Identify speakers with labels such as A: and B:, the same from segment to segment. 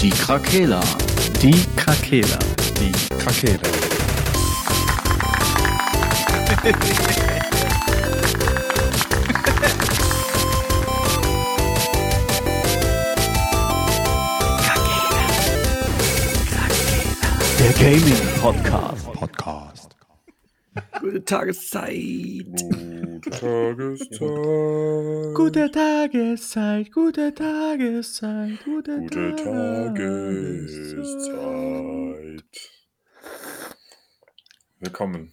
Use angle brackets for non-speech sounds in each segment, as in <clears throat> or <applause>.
A: Die Krakela.
B: Die Krakela.
A: Die Krakela.
B: Der Gaming Podcast.
C: Podcast.
D: Gute Tageszeit.
C: Gute Tageszeit.
B: Gute Tageszeit, gute Tageszeit, gute,
C: Gute Tageszeit. Willkommen.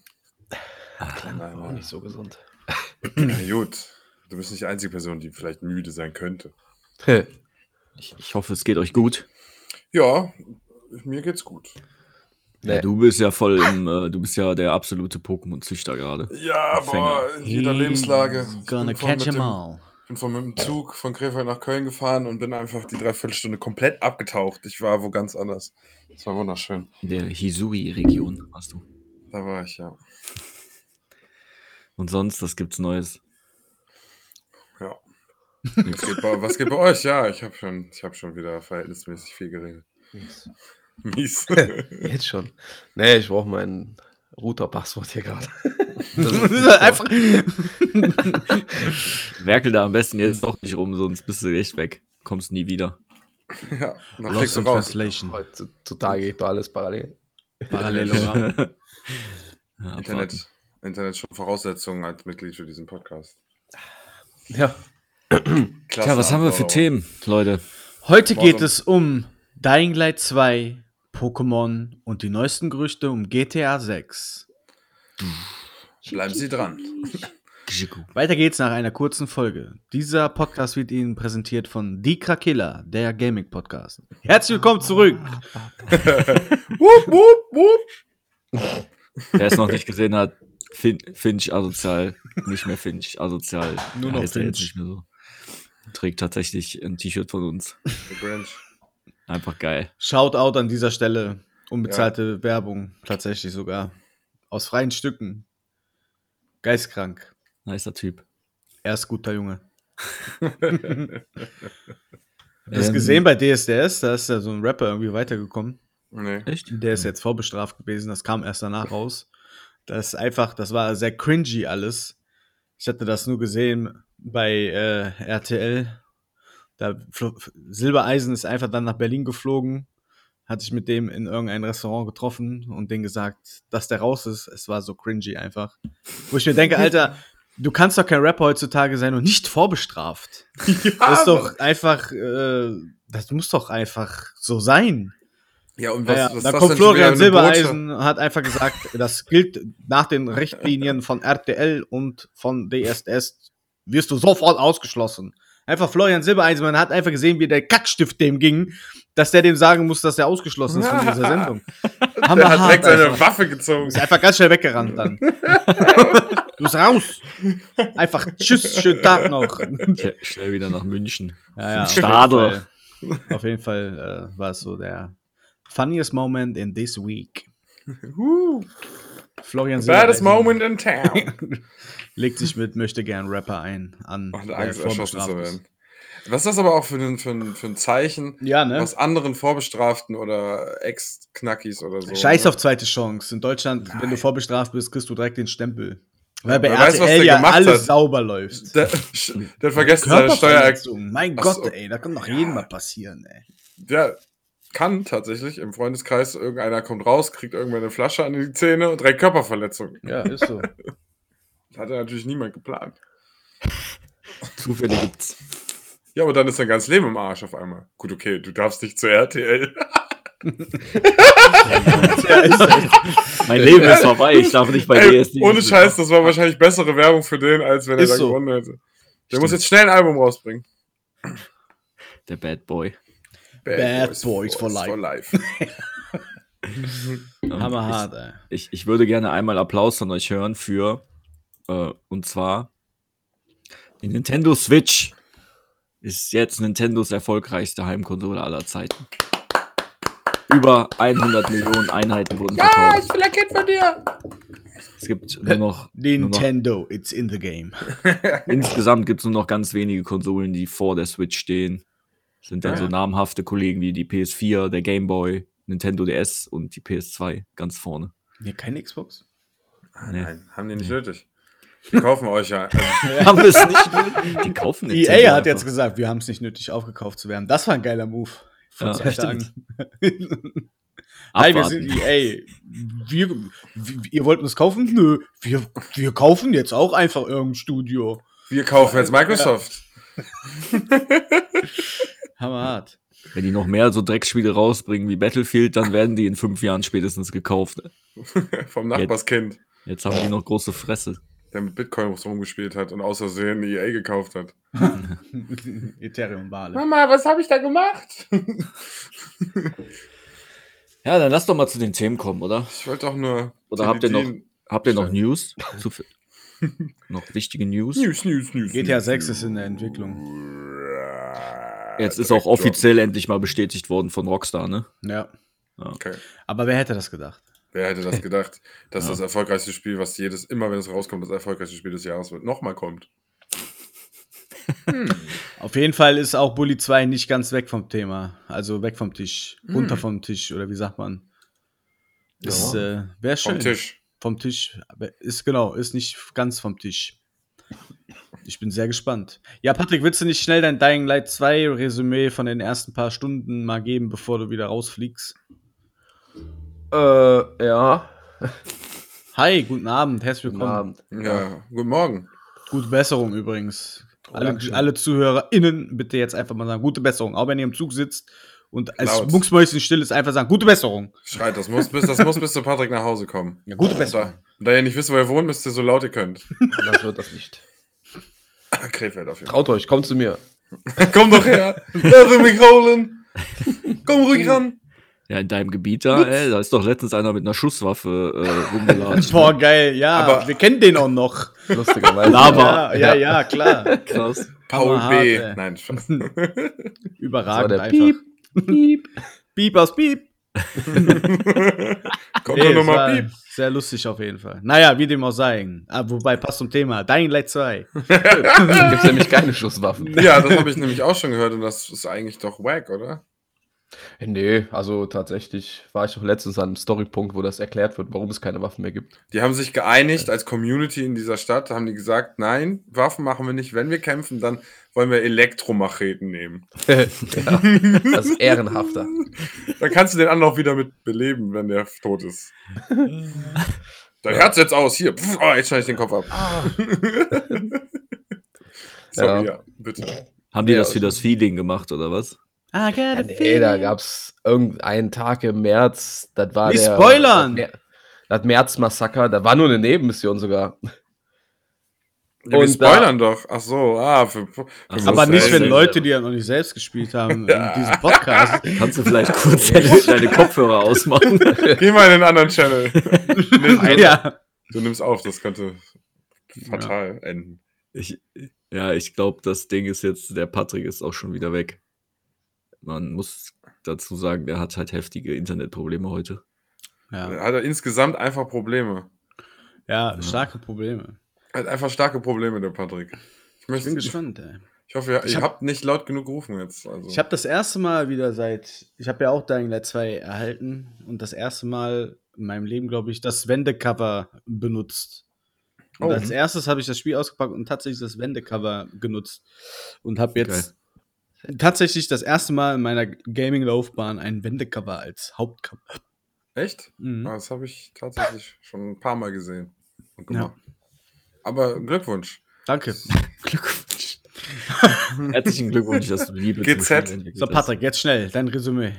B: Ah, Auch nicht so gesund.
C: Na gut, du bist nicht die einzige Person, die vielleicht müde sein könnte.
A: Ich, ich hoffe, es geht euch gut.
C: Ja, mir geht's gut.
B: Nee.
A: Ja, du bist ja voll im, äh, du bist ja der absolute Pokémon-Züchter gerade.
C: Ja, boah, in jeder Lebenslage. Ich
B: Gonna
C: bin vorhin
B: catch
C: mit
B: em
C: dem-
B: all.
C: bin von mit dem Zug von Krefeld nach Köln gefahren und bin einfach die Dreiviertelstunde komplett abgetaucht. Ich war wo ganz anders. Das war wunderschön.
A: In der Hisui-Region warst du.
C: Da war ich, ja.
A: Und sonst, was gibt's Neues?
C: Ja. Was geht bei, was geht bei euch? Ja, ich habe schon, ich hab schon wieder verhältnismäßig viel geredet.
A: <laughs>
C: Mies.
D: Jetzt schon. Nee, ich brauche mein Router-Passwort hier gerade.
E: <laughs>
A: Einfach. Werkel da am besten jetzt doch nicht rum, sonst bist du echt weg. Kommst nie wieder.
C: ja, dann
E: Lost
C: kriegst du
E: in
C: raus.
E: Translation.
D: Heutzutage geht doch alles parallel.
E: Parallel.
A: Ja, abwarten.
C: Internet, Internet schon Voraussetzungen als Mitglied für diesen Podcast.
D: Ja.
C: Klasse
A: Tja, was haben wir für
C: Anforderung.
A: Themen, Leute?
E: Heute geht
C: Warum?
E: es um Dying Light 2, Pokémon und die neuesten Gerüchte um GTA 6.
C: Bleiben Sie dran.
E: Weiter geht's nach einer kurzen Folge. Dieser Podcast wird Ihnen präsentiert von Die Krakela, der Gaming Podcast. Herzlich willkommen zurück.
C: <laughs> Wupp, wupp, wupp.
A: Wer es noch nicht gesehen hat, fin Finch asozial, nicht mehr Finch asozial.
E: Nur noch
A: heißt er jetzt nicht
E: Finch.
A: mehr so. Trägt tatsächlich ein T-Shirt von uns.
C: The Grinch.
A: Einfach geil.
E: Shoutout an dieser Stelle. Unbezahlte Werbung, tatsächlich sogar. Aus freien Stücken. Geistkrank.
A: Nicer Typ.
E: Er ist guter Junge. Hast du das gesehen bei DSDS? Da ist ja so ein Rapper irgendwie weitergekommen.
C: Nee.
A: Echt?
E: Der ist jetzt vorbestraft gewesen, das kam erst danach raus. Das ist einfach, das war sehr cringy alles. Ich hatte das nur gesehen bei äh, RTL. Da flo- Silbereisen ist einfach dann nach Berlin geflogen, hat sich mit dem in irgendein Restaurant getroffen und den gesagt, dass der raus ist. Es war so cringy einfach. Wo ich mir denke, Alter, du kannst doch kein Rapper heutzutage sein und nicht vorbestraft. Das ist doch einfach, äh, das muss doch einfach so sein.
C: Ja, und was,
E: Naja,
C: was ist
E: da
C: das
E: kommt
C: denn schon wieder
E: Florian
C: eine Botschaft?
E: Silbereisen, hat
C: <laughs>
E: einfach gesagt, das gilt nach den Richtlinien von RTL und von DSS, wirst du sofort ausgeschlossen. Einfach Florian Silbereisen, man hat einfach gesehen, wie der Kackstift dem ging, dass der dem sagen muss, dass er ausgeschlossen ist
C: <laughs>
E: von dieser Sendung.
C: Der hat direkt seine
E: einfach.
C: Waffe gezogen. <laughs>
E: Ist einfach ganz schnell weggerannt dann. du bist raus. Einfach tschüss, schönen Tag noch.
A: Sch- Schnell wieder nach München.
E: Ja, ja,
A: Schade.
E: Auf jeden Fall, auf jeden Fall äh, war es so der funniest moment in this week.
C: Uh,
E: Florian
C: baddest
E: Silbereisen
C: moment in town.
E: <laughs> legt sich mit möchte gern Rapper ein an
C: Und
E: der
C: Angst, erschossen
E: vorbestraft
C: zu
E: ist.
C: werden. Was ist das aber auch für ein, für ein, für ein Zeichen?
E: Ja, ne?
C: aus anderen Vorbestraften oder Ex-Knackis oder so.
E: Scheiß
C: ne?
E: auf zweite Chance. In Deutschland, wenn du vorbestraft bist, kriegst du direkt den Stempel. Weil bei
C: wer weiß, was
E: RTL
C: der
E: ja
C: gemacht
E: alles
C: hat.
E: sauber läuft.
C: Der, der vergessen seine Steuer.
E: Körperverletzung, Mein
C: Ach so.
E: Gott, ey, da kann doch jedem mal passieren, ey.
C: Der kann tatsächlich im Freundeskreis, irgendeiner kommt raus, kriegt irgendwann eine Flasche an die Zähne und drei Körperverletzungen.
E: Ja, ist so.
C: Das hat ja natürlich niemand geplant.
A: Zufälle
E: <laughs>
A: gibt's.
C: Ja, aber dann ist dein ganzes Leben im Arsch auf einmal. Gut, okay, du darfst nicht zur RTL.
A: Mein Leben ist vorbei. Ich darf nicht bei
C: Ey,
A: DSD.
C: ohne Scheiß, das war wahrscheinlich bessere Werbung für den, als wenn er
E: Ist
C: da
E: so.
C: gewonnen hätte. Der
A: Stimmt.
C: muss jetzt schnell ein Album rausbringen.
A: Der Bad Boy.
E: Bad Boys for
A: <laughs> Ähm,
E: Hammerhart, ey.
A: Ich, ich würde gerne einmal Applaus von euch hören für, äh, und zwar, die Nintendo Switch ist jetzt Nintendos erfolgreichste Heimkonsole aller Zeiten. Über 100 Millionen Einheiten wurden
C: Ah,
A: verkauft. Ja, ich bin ein Kind von dir. Es gibt nur noch, nur noch
E: Nintendo, it's in the game.
A: insgesamt gibt es nur noch ganz wenige Konsolen, die vor der Switch stehen. Sind dann
E: Ah,
C: Ja.
A: so namhafte Kollegen wie die PS4, der Game Boy, Nintendo DS und die PS2 ganz vorne.
E: Nee, keine Xbox?
C: Ah,
A: Nee.
C: Nein, haben die nicht nötig. Wir kaufen euch ja. Also,
A: Haben wir es nicht? Die
E: <laughs>
A: kaufen
E: EA
A: Nintendo
E: E hat jetzt
A: einfach.
E: gesagt, wir haben es nicht nötig, aufgekauft zu werden. Das war ein geiler Move. Vor
A: Ja,
C: <laughs>
E: zwei
A: stimmt.
E: Tagen. Hi, wir sind
A: Abwarten.
E: EA. Wir, wir, ihr wollt uns kaufen? Nö, wir, wir kaufen jetzt auch einfach irgendein Studio.
C: wir kaufen jetzt Microsoft. <laughs>
E: <laughs> Hammerhart.
A: Wenn die noch mehr so Dreckspiele rausbringen wie Battlefield, dann werden die in fünf Jahren spätestens gekauft.
C: Vom Nachbarskind,
A: Jetzt haben die noch große Fresse.
C: der mit Bitcoin rumgespielt hat und außersehen EA gekauft hat.
E: Ethereum-Wale.
C: Mama, was habe ich da gemacht?
A: Ja, dann lass doch mal zu den Themen kommen, oder?
C: Ich wollte doch nur.
A: Oder habt ihr noch- Habt ihr noch
C: Stimmt.
A: <laughs> News? Zu viel- noch wichtige News?
C: News, News, News.
E: GTA 6 ist in der Entwicklung.
A: Jetzt ist auch offiziell endlich mal bestätigt worden von Rockstar, ne?
E: Ja.
C: Okay.
E: Aber wer hätte das gedacht?
C: Wer hätte das
E: <laughs>
C: gedacht, dass das erfolgreichste Spiel, was jedes, immer wenn es rauskommt, das erfolgreichste Spiel des Jahres wird, nochmal kommt?
E: Auf jeden Fall ist auch Bully 2 nicht ganz weg vom Thema. Also weg vom Tisch. Runter vom Tisch, oder wie sagt man? Ist, äh, Wäre schön.
C: Vom Tisch.
E: Vom Tisch. Aber Ist genau, ist nicht ganz vom Tisch. Ich bin sehr gespannt. Ja, Patrick, willst du nicht schnell dein Dying Light 2 Resümee von den ersten paar Stunden mal geben, bevor du wieder rausfliegst?
D: Äh, ja.
E: Hi, guten Abend, herzlich
D: Guten
E: willkommen.
D: Abend.
C: Ja, guten Morgen.
E: Gute Besserung übrigens. Alle,
D: Dankeschön.
E: alle ZuhörerInnen bitte jetzt einfach mal sagen, gute Besserung. Auch wenn ihr im Zug sitzt und als
C: Laut.
E: Mucksmäuschen still ist, einfach sagen, gute Besserung.
C: Schreit, das muss bis, das muss bis zu Patrick nach Hause kommen.
E: Ja, gute
C: Da, da ihr nicht wisst, wo ihr wohnt, müsst ihr so laut ihr könnt. Ah,
D: Das wird das nicht.
C: Krefeld auf jeden Fall.
D: Traut euch, kommt zu mir.
C: Komm doch her. Lass mich holen. Komm ruhig ran.
A: Ja, in deinem Gebiet da, ey, da ist doch letztens einer mit einer Schusswaffe äh,
E: <laughs>
A: rumgelatscht.
E: Boah, geil, ja.
C: Aber-
E: wir kennen den auch noch. <laughs>
D: Lustigerweise.
A: Lava.
E: Ja, ja, ja, klar.
A: krass.
C: Paul
E: Hammerhart,
C: B.
E: ey.
C: Nein, Spaß.
E: <laughs> Überragend
D: So, der
E: einfach.
D: Piep.
E: Piep aus Piep.
C: Kommt doch
E: Nee, es war
C: nochmal Piep.
E: Sehr lustig auf jeden Fall. Naja, wie dem auch sei. Ah, wobei, passt zum Thema. Dying Light 2.
D: <laughs> Da gibt's nämlich keine Schusswaffen.
C: Ja, das habe ich nämlich auch schon gehört und das ist eigentlich doch wack, oder?
D: Nee, also tatsächlich war ich doch letztens an einem Storypunkt, wo das erklärt wird, warum es keine Waffen mehr gibt. <laughs>
C: Die haben sich geeinigt als Community in dieser Stadt, haben die gesagt, nein, Waffen machen wir nicht. Wenn wir kämpfen, dann wollen wir Elektromacheten nehmen.
D: ja, das ist ehrenhafter.
C: Dann kannst du den anderen auch wieder mit beleben, wenn der tot ist. Dein Herz jetzt aus, hier. Pff, oh, jetzt schneide ich den Kopf ab. <laughs> Sorry, ja. bitte.
A: Haben die
D: Ja,
A: das
E: also
A: für das Feeling gemacht, oder was?
E: I got
D: Ja, nee, da gab es irgendeinen Tag im März, das war
E: Nicht
D: der...
E: spoilern!
D: Das Mer- Das März-Massaker, da war nur eine Nebenmission sogar.
C: Ja, wir
D: Und da-
C: spoilern doch. Ach so, ah, für, für
A: Ach so,
E: Aber
A: Das
E: nicht,
A: ist
E: wenn
A: Also sehr-
E: Leute, die ja noch nicht selbst
A: <laughs>
E: gespielt haben, in diesem Podcast.
A: Kannst du vielleicht kurz <laughs> deine, deine Kopfhörer
E: <laughs>
A: ausmachen?
C: Geh mal in den anderen Channel. Nee,
E: ja.
C: Du nimmst auf, das könnte fatal enden.
A: Ich, ja, ich glaube, das Ding ist jetzt, der Patrick ist auch schon wieder weg. Man muss dazu sagen, der hat halt heftige Internetprobleme heute.
E: Ja.
C: Er hat insgesamt einfach Probleme.
E: ja, starke Probleme.
C: Er hat einfach starke Probleme, der Patrick. Ich,
E: Ich
C: möchte,
E: bin gespannt, ey.
C: ich hoffe, ihr,
E: Ich
C: ihr
E: hab-
C: habt nicht laut genug gerufen jetzt. Also.
E: Ich habe das erste Mal wieder seit, ich habe ja auch Dying Light 2 erhalten und das erste Mal in meinem Leben, glaube ich, das Wendecover benutzt. Und
C: Oh.
E: als
D: mhm.
E: erstes habe ich das Spiel ausgepackt und tatsächlich das Wendecover genutzt und habe jetzt tatsächlich das erste Mal in meiner Gaming-Laufbahn ein Wendecover als Hauptcover.
C: Echt?
E: Mhm.
C: Ah, Das habe ich tatsächlich schon ein paar Mal gesehen. und
E: Ja.
C: gemacht. Aber Glückwunsch.
E: Danke.
A: Glückwunsch. Herzlichen Glückwunsch, dass du die Liebe
C: GZ.
A: entwickelt
E: So, Patrick, jetzt schnell, dein Resümee.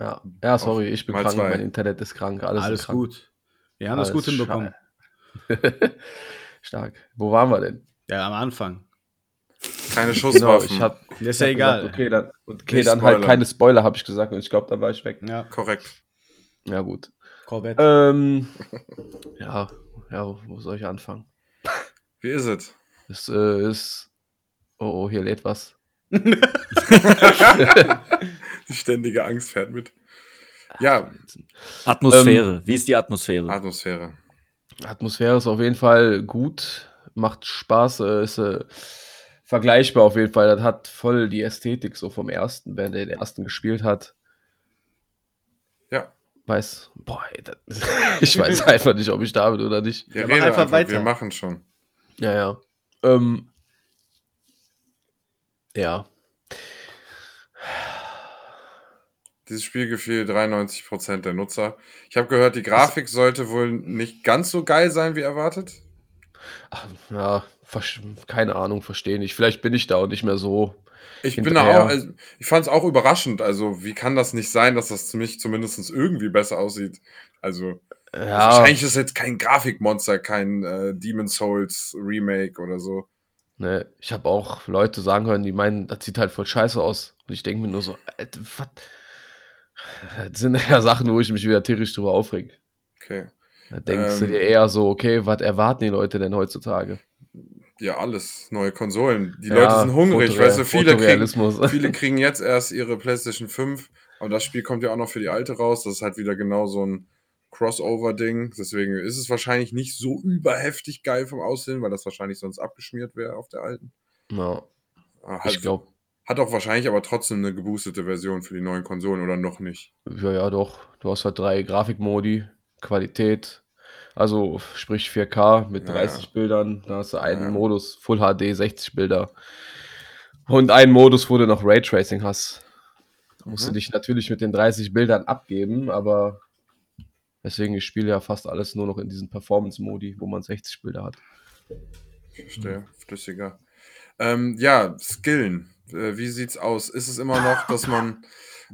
D: Ja, ja sorry, ich bin
C: Mal
D: krank,
C: zwei.
D: mein Internet ist krank, alles,
E: Alles,
D: ist krank.
E: gut. Wir haben das gut
D: Alles
E: hinbekommen.
D: scha- <laughs> Stark. Wo waren wir denn?
E: Ja, am Anfang.
C: Keine
D: Genau,
C: Schusswaffen.
D: ich hab, ich
E: Ist ja
D: hab
E: egal.
D: Gesagt, okay, dann, okay,
C: Nicht
D: dann halt
C: spoilern.
D: keine Spoiler, habe ich gesagt und ich glaube, dann war ich weg.
E: Ja,
C: Korrekt.
D: Ja, gut.
E: Corvette.
D: Ähm, ja, ja, wo soll ich anfangen?
C: Wie ist es?
D: Es äh, ist. Oh, oh, hier lädt was.
C: Die ständige Angst fährt mit. Ja,
A: Atmosphäre.
E: ähm,
A: Wie ist die Atmosphäre?
C: Atmosphäre.
D: Atmosphäre ist auf jeden Fall gut, macht Spaß, äh, ist äh, vergleichbar auf jeden Fall. Das hat voll die Ästhetik so vom ersten, wenn der den ersten gespielt hat.
C: Ja.
D: Weiß, boah, ey, das, <laughs> ich weiß einfach nicht, ob ich da bin oder nicht.
C: Wir
E: Ja, mach
C: reden
E: einfach
C: einfach,
E: weiter.
C: wir machen schon.
D: Ja, ja. Ähm, ja.
C: Dieses Spiel gefiel 93% der Nutzer. Ich habe gehört, die Grafik sollte wohl nicht ganz so geil sein wie erwartet.
D: Ach, ja, Ah, versch- keine Ahnung, verstehe nicht. Vielleicht bin ich da auch nicht mehr so.
C: Ich bin da
D: Hinterher.
C: auch, also, ich fand es auch überraschend. Also, wie kann das nicht sein, dass das für mich zumindest irgendwie besser aussieht? Also,
D: Ja,
C: wahrscheinlich ist jetzt kein Grafikmonster, kein äh, Demon Souls Remake oder so.
D: ne, ich habe auch Leute sagen hören, die meinen, das sieht halt voll scheiße aus. Und ich denke mir nur so, Alter, was? Das sind ja Sachen, wo ich mich wieder tierisch drüber aufreg.
C: Okay.
D: Da denkst du
C: Ähm.
D: dir eher so, okay, was erwarten die Leute denn heutzutage?
C: Ja, alles. Neue Konsolen. Die
D: Ja,
C: Leute sind hungrig.
D: Fotoreal-
C: Weißt du, viele kriegen,
D: <laughs> Fotorealismus.
C: viele kriegen jetzt erst ihre PlayStation 5. Und das Spiel kommt ja auch noch für die alte raus. Das ist halt wieder genau so ein Crossover-Ding. Deswegen ist es wahrscheinlich nicht so überheftig geil vom Aussehen, weil das wahrscheinlich sonst abgeschmiert wäre auf der alten.
D: Ja,
C: Ah,
D: ich
C: Hat,
D: glaube,
C: hat auch wahrscheinlich aber trotzdem eine geboostete Version für die neuen Konsolen oder noch nicht.
D: ja, ja, doch. Du hast halt drei Grafikmodi, Qualität, also sprich 4K mit
C: Ja,
D: 30 Bildern. Da hast du einen
C: Ja.
D: Modus Full HD, 60 Bilder. Und einen Modus, wo du noch Raytracing hast. Da musst du
C: Mhm.
D: dich natürlich mit den 30 Bildern abgeben, aber deswegen, ich spiele ja fast alles nur noch in diesen Performance-Modi, wo man 60 Bilder hat.
C: Ich verstehe. Flüssiger. Ähm, ja, Skillen. Äh, wie sieht's aus? Ist es immer noch, dass
D: <laughs>
C: man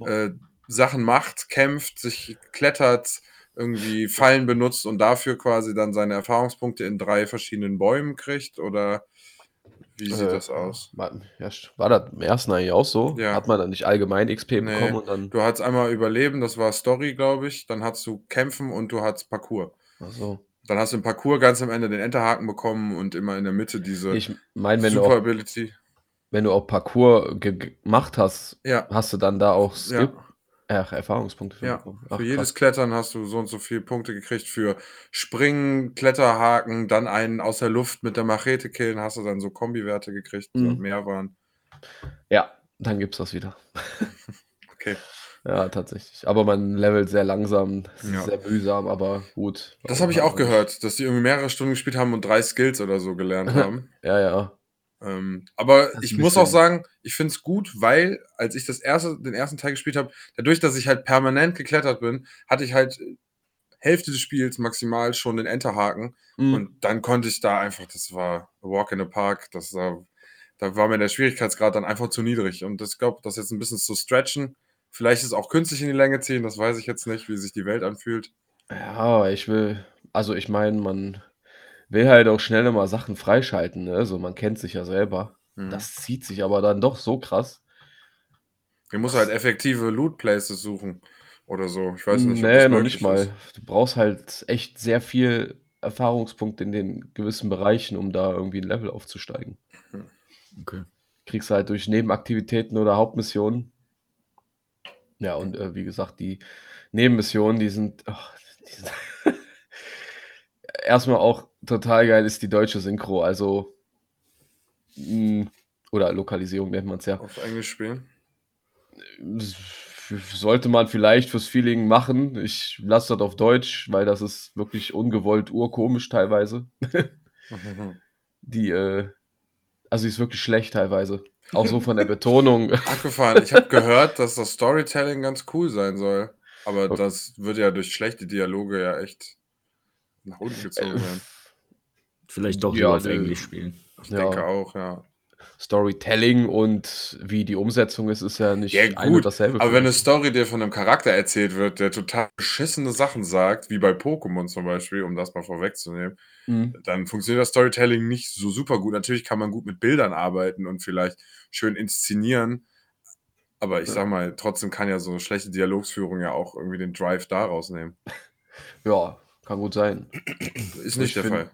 C: äh, Sachen macht, kämpft, sich klettert, irgendwie Fallen benutzt und dafür quasi dann seine Erfahrungspunkte in drei verschiedenen Bäumen kriegt? Oder wie sieht
D: Äh,
C: das aus?
D: War, ja, war das im ersten eigentlich auch so?
C: Ja.
D: Hat man dann nicht allgemein XP
C: Nee.
D: bekommen und dann.
C: Du hattest einmal Überleben, das war Story, glaube ich. Dann hattest du Kämpfen und du hattest Parcours.
D: Ach so.
C: Dann hast du im Parcours ganz am Ende den Enterhaken bekommen und immer in der Mitte diese
D: Ich meine, wenn, du
C: Super
D: auch-
C: Ability.
D: wenn du auch Parcours ge- ge- gemacht hast,
C: Ja,
D: hast du dann da auch Skip,
C: ja.
D: ach, Erfahrungspunkte für
C: Ja,
D: bekommen.
C: Für
D: Ach,
C: jedes
D: jedes
C: Klettern hast du so und so viele Punkte gekriegt. Für Springen, Kletterhaken, dann einen aus der Luft mit der Machete killen, hast du dann so Kombiwerte gekriegt, die
D: Mhm.
C: halt mehr waren.
D: ja, dann gibt's das wieder.
C: <laughs> Okay.
D: Ja, tatsächlich. Aber man levelt sehr langsam, es ist
C: Ja.
D: sehr mühsam, aber gut.
C: Das habe ich auch gehört, dass die irgendwie mehrere Stunden gespielt haben und drei Skills oder so
D: <laughs>
C: gelernt haben.
D: Ja, ja.
C: ähm, aber
D: Das ist
C: ich
D: ein
C: muss auch
D: bisschen-
C: sagen, ich finde es gut, weil als ich das erste, den ersten Teil gespielt habe, dadurch, dass ich halt permanent geklettert bin, hatte ich halt äh, Hälfte des Spiels maximal schon den Enterhaken.
D: Mhm.
C: Und dann konnte ich da einfach, das war a Walk in the Park, das war, da war mir der Schwierigkeitsgrad dann einfach zu niedrig. Und ich glaube, das jetzt ein bisschen zu stretchen, vielleicht ist auch künstlich in die Länge ziehen, das weiß ich jetzt nicht, wie sich die Welt anfühlt.
D: Ja, ich will, also ich meine, man will halt auch schnell mal Sachen freischalten, ne? So, man kennt sich ja selber.
C: Mhm.
D: Das zieht sich aber dann doch so krass.
C: Wir muss halt effektive Loot Places suchen oder so. Ich weiß nicht. ob
D: nee,
C: das
D: noch
C: möglich
D: nicht mal.
C: ist.
D: Du brauchst halt echt sehr viel Erfahrungspunkte in den gewissen Bereichen, um da irgendwie ein Level aufzusteigen.
C: Mhm.
A: Okay.
D: Kriegst du halt durch Nebenaktivitäten oder Hauptmissionen. Ja, und äh, wie gesagt, die Nebenmissionen, die sind. ach, die sind <laughs> Erstmal auch total geil ist die deutsche Synchro, also. mh, Oder Lokalisierung nennt man es ja.
C: Auf Englisch spielen.
D: sollte man vielleicht fürs Feeling machen. Ich lasse das auf Deutsch, weil das ist wirklich ungewollt urkomisch teilweise. Die, äh, also die ist wirklich schlecht teilweise. Auch
C: <laughs>
D: so von der Betonung.
C: Abgefahren. Ich habe gehört, dass das Storytelling ganz cool sein soll. Aber
D: Okay.
C: das wird ja durch schlechte Dialoge ja echt nach unten gezogen werden.
D: Äh,
A: Vielleicht doch
D: Ja,
A: lieber auf
D: nö.
A: Englisch spielen.
C: Ich
D: ja.
C: denke auch, ja.
D: Storytelling und wie die Umsetzung ist, ist ja nicht
C: Ja,
D: ein
C: gut,
D: und dasselbe.
C: Aber
D: für
C: wenn eine
D: mich.
C: Story dir von einem Charakter erzählt wird, der total beschissene Sachen sagt, wie bei Pokémon zum Beispiel, um das mal vorwegzunehmen,
D: Mhm.
C: dann funktioniert das Storytelling nicht so super gut. Natürlich kann man gut mit Bildern arbeiten und vielleicht schön inszenieren, aber ich
D: Ja.
C: sag mal, trotzdem kann ja so eine schlechte Dialogsführung ja auch irgendwie den Drive da rausnehmen.
D: Ja, kann gut sein.
C: Ist nicht
D: Ich
C: der
D: find-
C: Fall.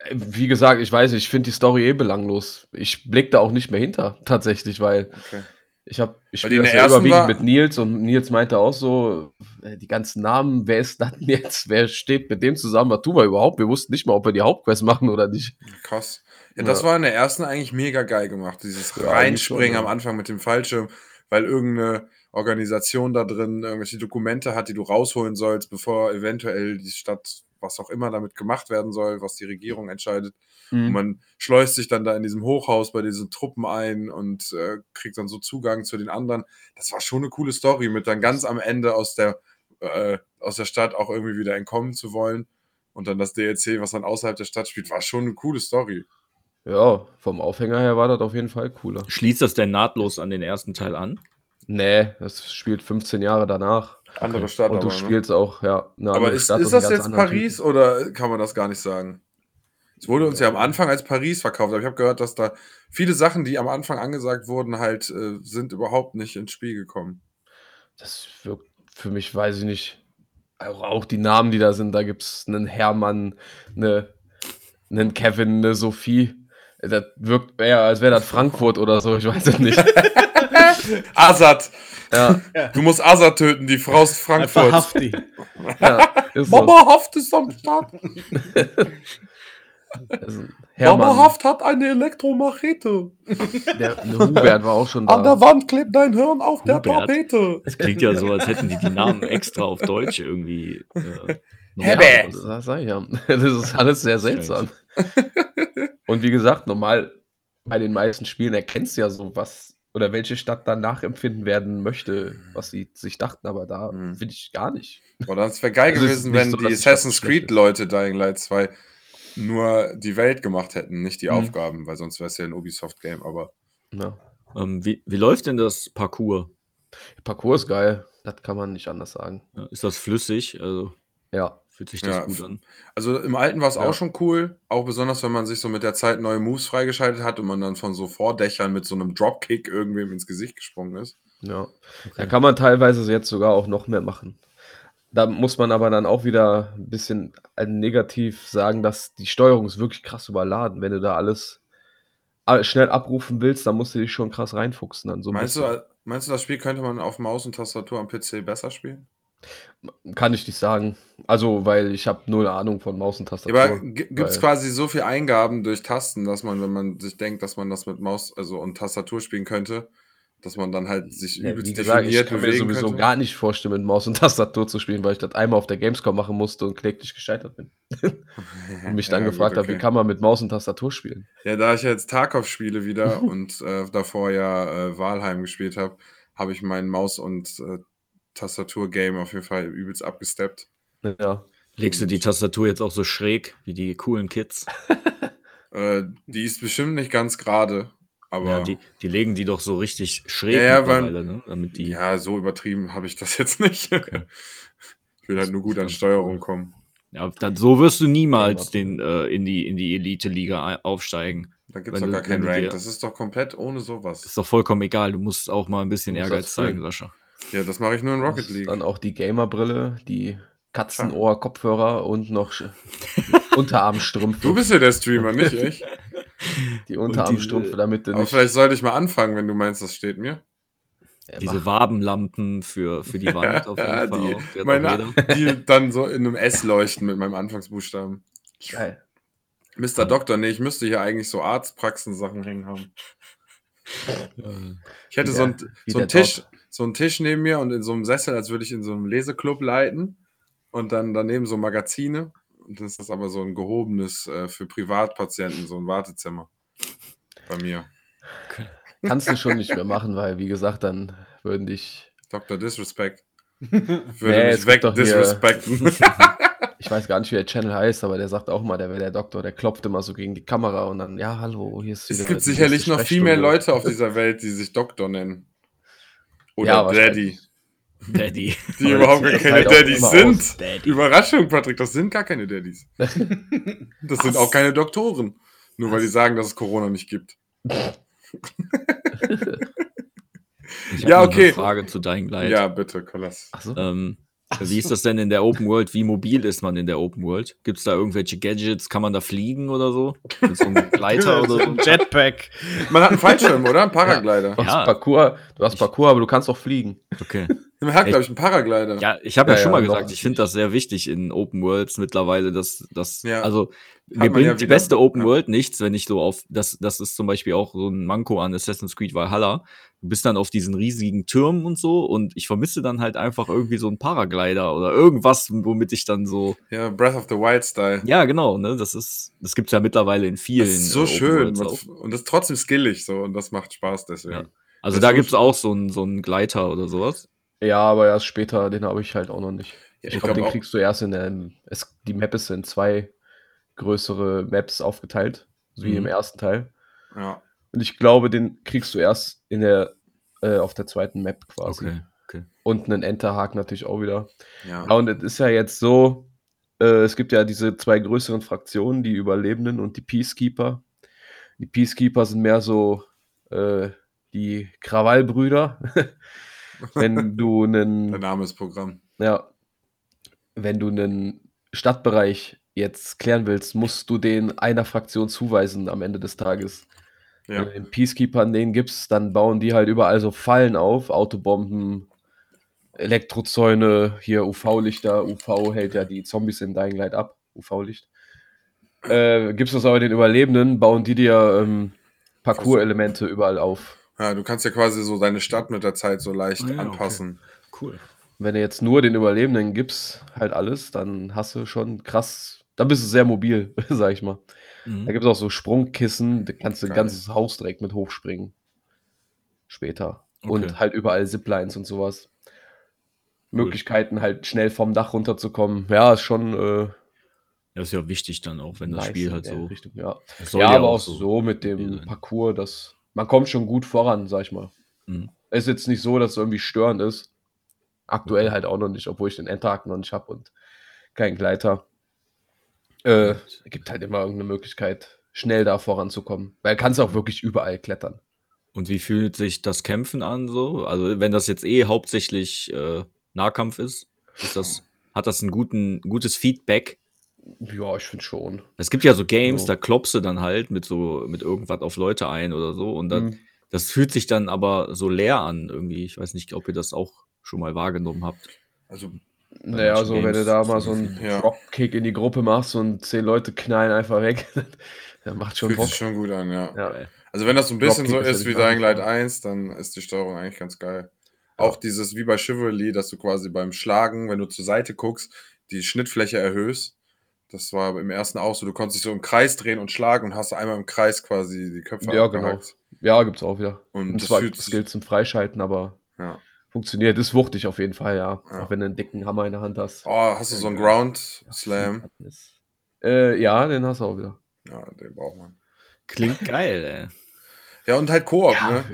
D: Äh, Wie gesagt, ich weiß, nicht, ich finde die Story eh belanglos. Ich blick da auch nicht mehr hinter, <laughs> tatsächlich, weil
C: Okay.
D: Ich habe ich
C: Weil
D: spiele
C: in
D: das
C: der
D: ja
C: ersten
D: überwiegend
C: war-
D: mit Nils und Nils meinte auch so, äh, die ganzen Namen, wer ist dann <laughs> jetzt, wer steht mit dem zusammen, was tun wir überhaupt? Wir wussten nicht mal, ob wir die Hauptquest machen oder nicht.
C: Krass. Ja, das
D: Ja.
C: war in der ersten eigentlich mega geil gemacht, dieses
D: Ja, eigentlich schon,
C: Reinspringen
D: ja.
C: am Anfang mit dem Fallschirm, weil irgendeine Organisation da drin irgendwelche Dokumente hat, die du rausholen sollst, bevor eventuell die Stadt, was auch immer damit gemacht werden soll, was die Regierung entscheidet.
D: Mhm.
C: Und man schleust sich dann da in diesem Hochhaus bei diesen Truppen ein und äh, kriegt dann so Zugang zu den anderen. Das war schon eine coole Story, mit dann ganz am Ende aus der, äh, aus der Stadt auch irgendwie wieder entkommen zu wollen. Und dann das DLC, was dann außerhalb der Stadt spielt, war schon eine coole Story.
D: Ja, vom Aufhänger her war das auf jeden Fall cooler.
A: Schließt das denn nahtlos an den ersten Teil an?
D: Nee, das spielt 15 Jahre danach.
C: Andere Stadt
D: Und du
C: aber, ne?
D: spielst auch, ja. eine
C: Aber
D: andere
C: ist,
D: Stadt
C: ist
D: und einen
C: das
D: ganz
C: jetzt
D: anderen
C: Paris
D: Typen.
C: oder kann man das gar nicht sagen? Es wurde uns ja am Anfang als Paris verkauft, aber ich habe gehört, dass da viele Sachen, die am Anfang angesagt wurden, halt äh, sind überhaupt nicht ins Spiel gekommen.
D: Das wirkt für mich, weiß ich nicht. Auch, auch die Namen, die da sind, da gibt es einen Hermann, eine, einen Kevin, eine Sophie. Das wirkt eher, als wäre das Frankfurt oder so, ich weiß es nicht.
C: <laughs> Azad!
D: ja,
C: Du musst Azad töten, die Frau aus
E: Einfach
C: Frankfurt.
D: <laughs>
E: Hafti.
D: ja, ist so.
C: Mama Haft ist am Start.
D: Also,
C: Mama
D: Hermann,
C: Haft hat eine Elektromachete.
D: der, ne, Hubert war auch schon da.
C: An der Wand klebt dein Hirn auf der
A: Hubert.
C: Tapete.
A: Das klingt ja so, als hätten die die Namen extra auf Deutsch irgendwie. Äh, noch
C: Hebbe.
A: mal-
D: Das, das, sag ich ja. <laughs> das ist alles sehr seltsam. Und wie gesagt, normal bei den meisten Spielen erkennst du ja so, was oder welche Stadt dann nachempfinden werden möchte, was sie sich dachten, aber da
C: Mhm.
D: finde ich gar nicht.
C: Oder es wäre geil
D: Also es ist
C: gewesen,
D: nicht
C: wenn
D: so, dass
C: die
D: die Stadt
C: Assassin's
D: schlecht
C: Creed Leute Dying Light 2 nur die Welt gemacht hätten, nicht die
D: Mhm.
C: Aufgaben, weil sonst wäre es ja ein Ubisoft-Game, aber
D: Ja.
A: Ähm, wie, wie läuft denn das Parcours?
D: Parcours ist geil, das kann man nicht anders sagen.
A: Ja, Ist das flüssig? Also
D: Ja,
A: fühlt sich das
C: Ja,
A: gut an?
C: Also im Alten war es
D: Ja.
C: auch schon cool, auch besonders, wenn man sich so mit der Zeit neue Moves freigeschaltet hat und man dann von so Vordächern mit so einem Dropkick irgendwem ins Gesicht gesprungen ist.
D: ja. Da kann man teilweise jetzt sogar auch noch mehr machen. Da muss man aber dann auch wieder ein bisschen äh, negativ sagen, dass die Steuerung ist wirklich krass überladen. Wenn du da alles all- schnell abrufen willst, dann musst du dich schon krass reinfuchsen. Dann so ein
C: Meinst
D: bisschen.
C: du, meinst du, das Spiel könnte man auf Maus und Tastatur am PC besser spielen? äh,
D: Kann ich nicht sagen. Also, weil ich habe null Ahnung von Maus
C: Ja,
D: und Tastatur.
C: aber gibt es
D: weil-
C: quasi so viele Eingaben durch Tasten, dass man, wenn man sich denkt, dass man das mit Maus also und Tastatur spielen könnte, dass man dann halt sich
D: Ja,
C: übelst
D: wie gesagt, ich
C: definiert
D: kann mir
C: bewegen
D: sowieso
C: könnte?
D: gar nicht vorstellen, mit Maus und Tastatur zu spielen, weil ich das einmal auf der Gamescom machen musste und kläglich gescheitert bin.
C: <laughs>
D: Und mich dann
C: Ja, gut,
D: gefragt habe, wie
C: okay.
D: kann man mit Maus und Tastatur spielen?
C: Ja, da ich jetzt Tarkov spiele
D: <laughs>
C: wieder und äh, davor ja äh, Walheim gespielt habe, habe ich mein Maus- und äh, Tastatur-Game auf jeden Fall übelst abgesteppt.
D: Ja.
A: Legst du die Tastatur jetzt auch so schräg wie die coolen Kids?
C: Äh, die ist bestimmt nicht ganz gerade, aber
A: Ja, die, die legen die doch so richtig schräg
C: Ja, ja, weil-
A: mittlerweile, ne? damit die ja.
C: so übertrieben habe ich das <laughs> jetzt nicht. ich will halt nur gut an Steuerung kommen.
A: dann, so wirst du niemals den äh, in die in die Elite Liga ei- aufsteigen.
C: Da gibt es
A: Wenn
C: doch
A: du-
C: gar
A: wenn
C: keinen
A: du
C: Rank.
A: dir-
C: Das ist doch komplett ohne sowas.
A: Ist doch vollkommen egal, du musst auch mal ein bisschen
C: Um
D: Du musst
A: Ehrgeiz
D: das
A: zeigen,
D: fühlen.
A: Sascha.
C: Ja, das mache ich nur in Rocket
D: Das ist
C: League.
D: Dann auch die Gamerbrille, die Katzenohr-Kopfhörer und
C: <laughs>
D: noch Sch- Unterarmstrümpfe.
C: Du bist ja der
D: <laughs>
C: Streamer, nicht ich.
D: die
A: diese-
D: Unterarmstrümpfe, damit du
C: äh, Aber vielleicht sollte ich mal anfangen, wenn du meinst, das steht mir.
D: Ja,
A: Diese
D: mach-
A: Wabenlampen für, für die Wand
C: <laughs>
A: auf jeden
C: Ja,
A: Fall
C: die-
A: auch. Die hat auch
C: Meine,
A: jeder.
D: <laughs>
C: die dann so in einem S leuchten mit meinem Anfangsbuchstaben.
D: Geil.
C: Mr. Doktor, nee, ich müsste hier eigentlich so Arztpraxensachen hängen haben. Ich hätte
D: Wie
C: so
D: der-
C: einen
D: wie
C: so einen
D: der
C: Tisch,
D: Doc.
C: so einen Tisch neben mir und in so einem Sessel, als würde ich in so einem Leseclub leiten und dann daneben so Magazine. Und das ist aber so ein gehobenes äh, für Privatpatienten, so ein Wartezimmer. Bei mir.
D: Kannst du schon nicht mehr machen, weil, wie gesagt, dann würden dich.
C: Dr. Disrespect.
D: Nee,
C: Würde
D: es
C: mich weg
D: gibt doch hier- <laughs>
C: disrespekten.
D: Ich weiß gar nicht, wie der Channel heißt, aber der sagt auch mal, der wäre der Doktor, der klopft immer so gegen die Kamera und dann, ja, hallo, hier ist.
C: Es
D: wieder
C: gibt
D: die
C: sicherlich
D: nächste
C: noch viel mehr Leute
D: Sprechstunde.
C: auf dieser Welt, die sich Doktor nennen. Oder
D: Ja,
C: Daddy.
D: wahrscheinlich.
C: <laughs>
A: Daddy.
C: Die
D: Aber
C: überhaupt
D: das
C: gar
D: sieht
C: keine
D: halt auch
C: Daddys
D: immer
C: sind.
D: aus.
A: Daddy.
C: Überraschung, Patrick, das sind gar keine
D: <laughs>
C: Daddys. Das sind auch keine Doktoren. Nur weil die sagen, dass es Corona nicht gibt.
A: Ich hab
C: Ja,
A: noch eine
C: okay.
A: Frage zu Dying Light.
D: Halt.
C: Ja, bitte, Kolas.
D: Ach so.
A: Ähm, Wie ist das denn in der Open World? Wie mobil ist man in der Open World? Gibt es da irgendwelche Gadgets? Kann man da fliegen oder so? Mit so
C: <laughs>
A: einem Gleiter oder so?
E: Jetpack.
C: Man hat einen Fallschirm, oder?
D: <laughs>
C: Einen Paraglider.
D: Du
A: Ja.
D: hast Parkour, du hast Parkour, aber du kannst auch fliegen.
A: Okay.
C: Man hat, glaube ich, einen Paraglider.
A: Ja, ich habe ja,
D: Ja,
A: schon
D: ja,
A: mal
D: doch.
A: gesagt, ich finde das sehr wichtig in Open Worlds mittlerweile, dass das,
C: Ja.
A: also
C: man
A: mir
C: ja
A: bringt die
C: wieder.
A: beste Open
C: Ja.
A: World nichts, wenn ich so auf, das, das ist zum Beispiel auch so ein Manko an Assassin's Creed Valhalla. Du bist dann auf diesen riesigen Türmen und so und ich vermisse dann halt einfach irgendwie so einen Paraglider oder irgendwas, womit ich dann so,
C: Ja, Breath of the Wild Style.
A: ja genau, ne, das ist, das gibt's ja mittlerweile in vielen.
C: Das ist
A: äh,
C: so
A: Open
C: schön.
A: Worlds auch.
C: Was- Und das ist trotzdem skillig so und das macht Spaß deswegen.
A: Ja. Also
C: das
A: da
C: ist so
A: gibt's
C: schön.
A: auch so einen, so einen Gleiter oder sowas.
D: Ja, aber erst später, den habe ich halt auch noch nicht.
C: Ja,
D: ich
C: ich
D: glaube,
C: glaub
D: den
C: auch-
D: kriegst du erst in der. Es, die Map ist in zwei größere Maps aufgeteilt, so wie
A: Mhm.
D: im ersten Teil.
C: Ja.
D: Und ich glaube, den kriegst du erst in der, äh, auf der zweiten Map quasi. Und einen Enterhaken natürlich auch wieder.
C: Ja.
D: Ja, und es ist ja jetzt so, äh, es gibt ja diese zwei größeren Fraktionen, die Überlebenden und die Peacekeeper. Die Peacekeeper sind mehr so äh, die Krawallbrüder. <laughs> Wenn
C: <laughs>
D: du einen
C: Der Name ist Programm.
D: ja. Wenn du einen Stadtbereich jetzt klären willst, musst du den einer Fraktion zuweisen am Ende des Tages.
C: Ja.
D: Wenn du den Peacekeepern denen gibst, dann bauen die halt überall so Fallen auf, Autobomben, Elektrozäune, hier UV-Lichter, UV hält ja die Zombies in Dying Light ab, UV-Licht. Äh, gibst du es aber den Überlebenden, bauen die dir ähm, Parcours-Elemente überall auf.
C: Ja, du kannst ja quasi so deine Stadt mit der Zeit so leicht
A: Ah ja, okay.
C: anpassen.
A: Cool.
D: wenn du jetzt nur den Überlebenden gibst, halt alles, dann hast du schon krass, dann bist du sehr mobil, <laughs> sag ich mal. Da
A: Mhm.
D: gibt es auch so Sprungkissen, da kannst du ein
C: Geil.
D: ganzes Haus direkt mit hochspringen. Später.
A: Okay.
D: Und halt überall Ziplines und sowas.
A: Cool.
D: Möglichkeiten, halt schnell vom Dach runterzukommen. Ja, ist schon äh,
A: Das ist ja wichtig dann auch, wenn das
D: nice
A: Spiel
D: in
A: halt
D: der
A: so.
D: Richtung, ja.
A: Das soll
D: ja, aber auch so, mit
A: Spiel
D: dem
A: sein.
D: Parcours, dass man kommt schon gut voran, sag ich mal.
A: Mhm.
D: Ist jetzt nicht so, dass es irgendwie störend ist. Aktuell
A: Mhm.
D: halt auch noch nicht, obwohl ich den Endhaken noch nicht habe und keinen Gleiter. Äh,
A: Mhm.
D: gibt halt immer irgendeine Möglichkeit, schnell da voranzukommen. Weil du kannst auch wirklich überall klettern.
A: Und wie fühlt sich das Kämpfen an so? Also wenn das jetzt eh hauptsächlich äh, Nahkampf ist, ist das, hat das ein guten, gutes Feedback.
D: Ja, ich finde schon.
A: Es gibt ja so Games,
D: Ja.
A: da klopfst du dann halt mit so mit irgendwas auf Leute ein oder so und dann,
D: Mhm.
A: das fühlt sich dann aber so leer an irgendwie. Ich weiß nicht, ob ihr das auch schon mal wahrgenommen habt.
C: Also,
D: Naja,
A: manchen
D: also wenn du
A: Games
D: da
A: so
D: mal so einen
C: Ja.
D: Dropkick in die Gruppe machst und zehn Leute knallen einfach weg, <laughs> dann macht schon
C: fühlt
D: Bock.
C: sich schon gut an, ja.
D: Ja.
C: Also wenn das so ein bisschen so
D: Dropkick ist
C: ist
D: ja
C: wie
D: die Basis,
C: Dying Light
D: ja.
C: 1, dann ist die Steuerung eigentlich ganz geil. Auch dieses, wie bei Chivalry, dass du quasi beim Schlagen, wenn du zur Seite guckst, die Schnittfläche erhöhst. Das war im ersten auch so, du konntest dich so im Kreis drehen und schlagen und hast einmal im Kreis quasi die Köpfe
D: Ja, genau. Ja, gibt's auch wieder.
C: Und
D: Und,
C: das
D: zwar
C: fühlt sich-
D: Skills zum Freischalten, aber
C: Ja.
D: funktioniert. Ist wuchtig auf jeden Fall, ja.
C: Ja.
D: Auch wenn du einen dicken Hammer in der Hand hast.
C: Oh, hast du so einen Ground Slam?
D: Äh, ja, den hast du auch wieder.
C: Ja, den braucht man.
A: Klingt geil,
C: Ja, und halt Koop,
D: Ja, <laughs>
C: ne?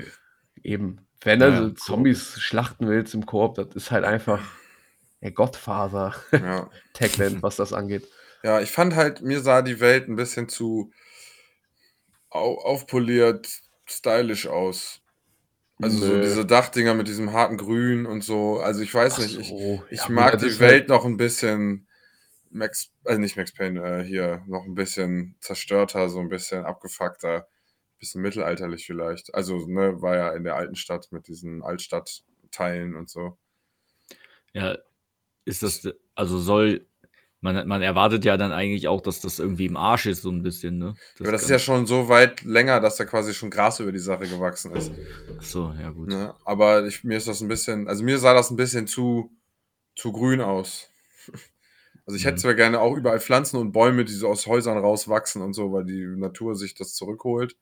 D: Eben. Wenn
A: Ja,
D: du
A: ja,
D: so Zombies schlachten willst im Koop, das ist halt einfach der Gottfaser
C: Ja. <laughs>
D: Techland, was das angeht.
C: Ja, ich fand halt, mir sah die Welt ein bisschen zu au aufpoliert, stylisch aus. Also so
D: Nö.
C: diese Dachdinger mit diesem harten Grün und so. Also ich weiß
D: Ach
C: nicht, ich,
D: so,
C: ich
D: ja,
C: mag
D: gut, das
C: die
D: ist halt-
C: Welt noch ein bisschen Max, also nicht Max Payne, äh, hier noch ein bisschen zerstörter, so ein bisschen abgefuckter, bisschen mittelalterlich vielleicht. Also, ne, war ja in der alten Stadt mit diesen Altstadtteilen und so.
A: ey. Ja, ist das, also soll. Man, man erwartet ja dann eigentlich auch, dass das irgendwie im Arsch ist, so ein bisschen, ne?
C: Aber das ist ja schon so weit länger, dass da quasi schon Gras über die Sache gewachsen ist.
A: Ach So, ja, gut.
C: Ne? Aber ich, mir ist das ein bisschen, also mir sah das ein bisschen zu, zu grün aus. <laughs> Also ich hätte
A: Mhm.
C: zwar gerne auch überall Pflanzen und Bäume, die so aus Häusern rauswachsen und so, weil die Natur sich das zurückholt.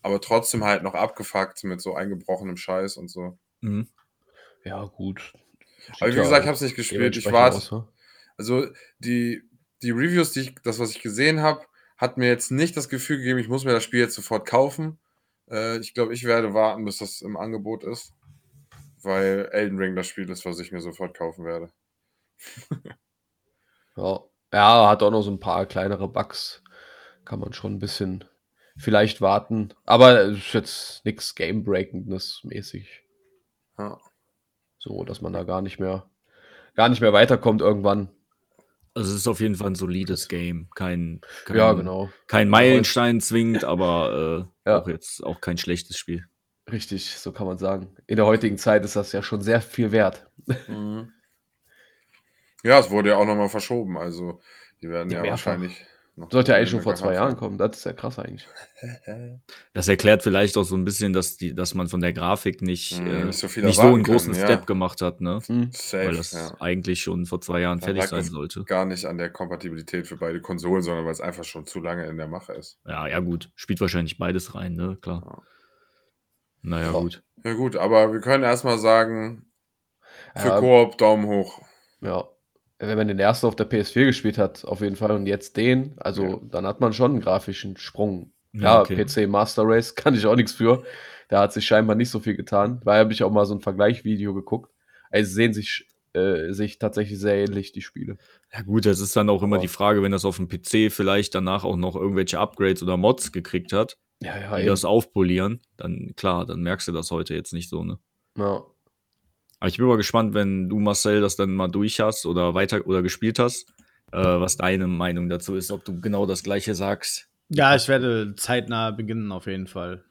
C: Aber trotzdem halt noch abgefuckt mit so eingebrochenem Scheiß und so.
A: Mhm.
D: Ja, gut.
C: Aber wie
D: Sieht ja
C: gesagt, ich habe es nicht gespielt. Ich
D: dementsprechend
C: warte,
D: aus, ne?
C: also die, die Reviews, die ich, das, was ich gesehen habe, hat mir jetzt nicht das Gefühl gegeben, ich muss mir das Spiel jetzt sofort kaufen. Äh, ich glaube, ich werde warten, bis das im Angebot ist. Weil Elden Ring das Spiel ist, was ich mir sofort kaufen werde.
D: Ja. ja, hat auch noch so ein paar kleinere Bugs. Kann man schon ein bisschen vielleicht warten. Aber es ist jetzt nichts Game-Breakendes mäßig.
C: Ja.
D: So, dass man da gar nicht mehr gar nicht mehr weiterkommt irgendwann.
A: Also es ist auf jeden Fall ein solides Game. Kein, kein,
D: ja, genau.
A: kein Meilenstein zwingend, aber äh,
D: Ja.
A: auch jetzt auch kein schlechtes Spiel.
D: Richtig, so kann man sagen. In der heutigen Zeit ist das ja schon sehr viel wert.
C: Mhm. Ja, es wurde ja auch nochmal verschoben. Also, die werden
D: Ja,
C: ja,
D: mehrfach.
C: wahrscheinlich. noch-
D: Sollte ja eigentlich schon vor
C: gehabt
D: zwei Jahren
C: haben.
D: kommen. Das ist ja krass eigentlich.
A: Das erklärt vielleicht auch so ein bisschen, dass die, dass man von der Grafik nicht,
C: Mhm,
A: äh,
C: nicht
A: nicht
C: so
A: so,
C: viel erwarten
A: einen großen
C: kann, ja.
A: Step gemacht hat, ne?
D: Hm.
C: Safe,
A: Weil das
C: ja.
A: eigentlich schon vor zwei Jahren
C: Da
A: fertig
C: lag
A: sein
C: es-
A: sollte.
C: Gar nicht an der Kompatibilität für beide Konsolen, sondern weil es einfach schon zu lange in der Mache ist.
A: Ja, ja, gut. Spielt wahrscheinlich beides rein, ne?
C: Ja.
A: Klar. Naja,
D: So.
A: gut.
C: Ja, gut, aber wir können erstmal sagen: Für
D: Ja,
C: Koop Daumen hoch.
D: Ähm, ja. Wenn man den ersten auf der PS4 gespielt hat, auf jeden Fall, und jetzt den, also
C: Ja.
D: dann hat man schon einen grafischen Sprung. Ja, PC Master Race <laughs> kann ich auch nichts für. Da hat sich scheinbar nicht so viel getan. Daher habe ich auch mal so ein Vergleichvideo geguckt. Also sehen sich, äh, sich tatsächlich sehr ähnlich, die Spiele.
A: Ja, gut, das ist dann auch immer
D: Ja.
A: die Frage, wenn das auf dem PC vielleicht danach auch noch irgendwelche Upgrades oder Mods gekriegt hat,
D: Ja, ja,
A: die
D: eben.
A: das aufpolieren, dann klar, dann merkst du das heute jetzt nicht so, ne?
D: ja.
A: Aber ich bin mal gespannt, wenn du, Marcel, das dann mal durch hast oder weiter oder gespielt hast, äh, was deine Meinung dazu ist, ob du genau das gleiche sagst.
E: Ja, ich werde zeitnah beginnen, auf jeden Fall.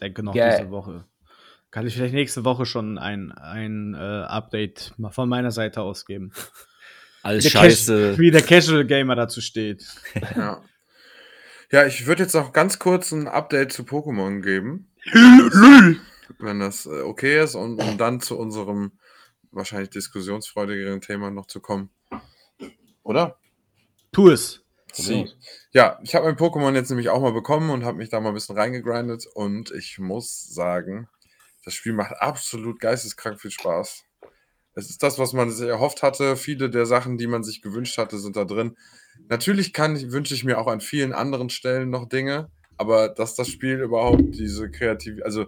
E: Denke noch
D: Geil.
E: diese Woche. Kann ich vielleicht nächste Woche schon ein, ein äh, Update mal von meiner Seite aus geben.
A: Alles
E: Der
A: scheiße.
E: Cas- Wie der Casual Gamer dazu steht.
C: Ja. Ja, ich würde jetzt noch ganz kurz ein Update zu Pokémon geben. wenn das äh, okay ist und um dann zu unserem wahrscheinlich diskussionsfreudigeren Thema noch zu kommen. Oder?
E: Tu es.
C: Sie. Ja, ich habe mein Pokémon jetzt nämlich auch mal bekommen und habe mich da mal ein bisschen reingegrindet und ich muss sagen, das Spiel macht absolut geisteskrank viel Spaß. Es ist das, was man sich erhofft hatte. Viele der Sachen, die man sich gewünscht hatte, sind da drin. Natürlich kann, ich- wünsche ich mir auch an vielen anderen Stellen noch Dinge, aber dass das Spiel überhaupt diese kreative, also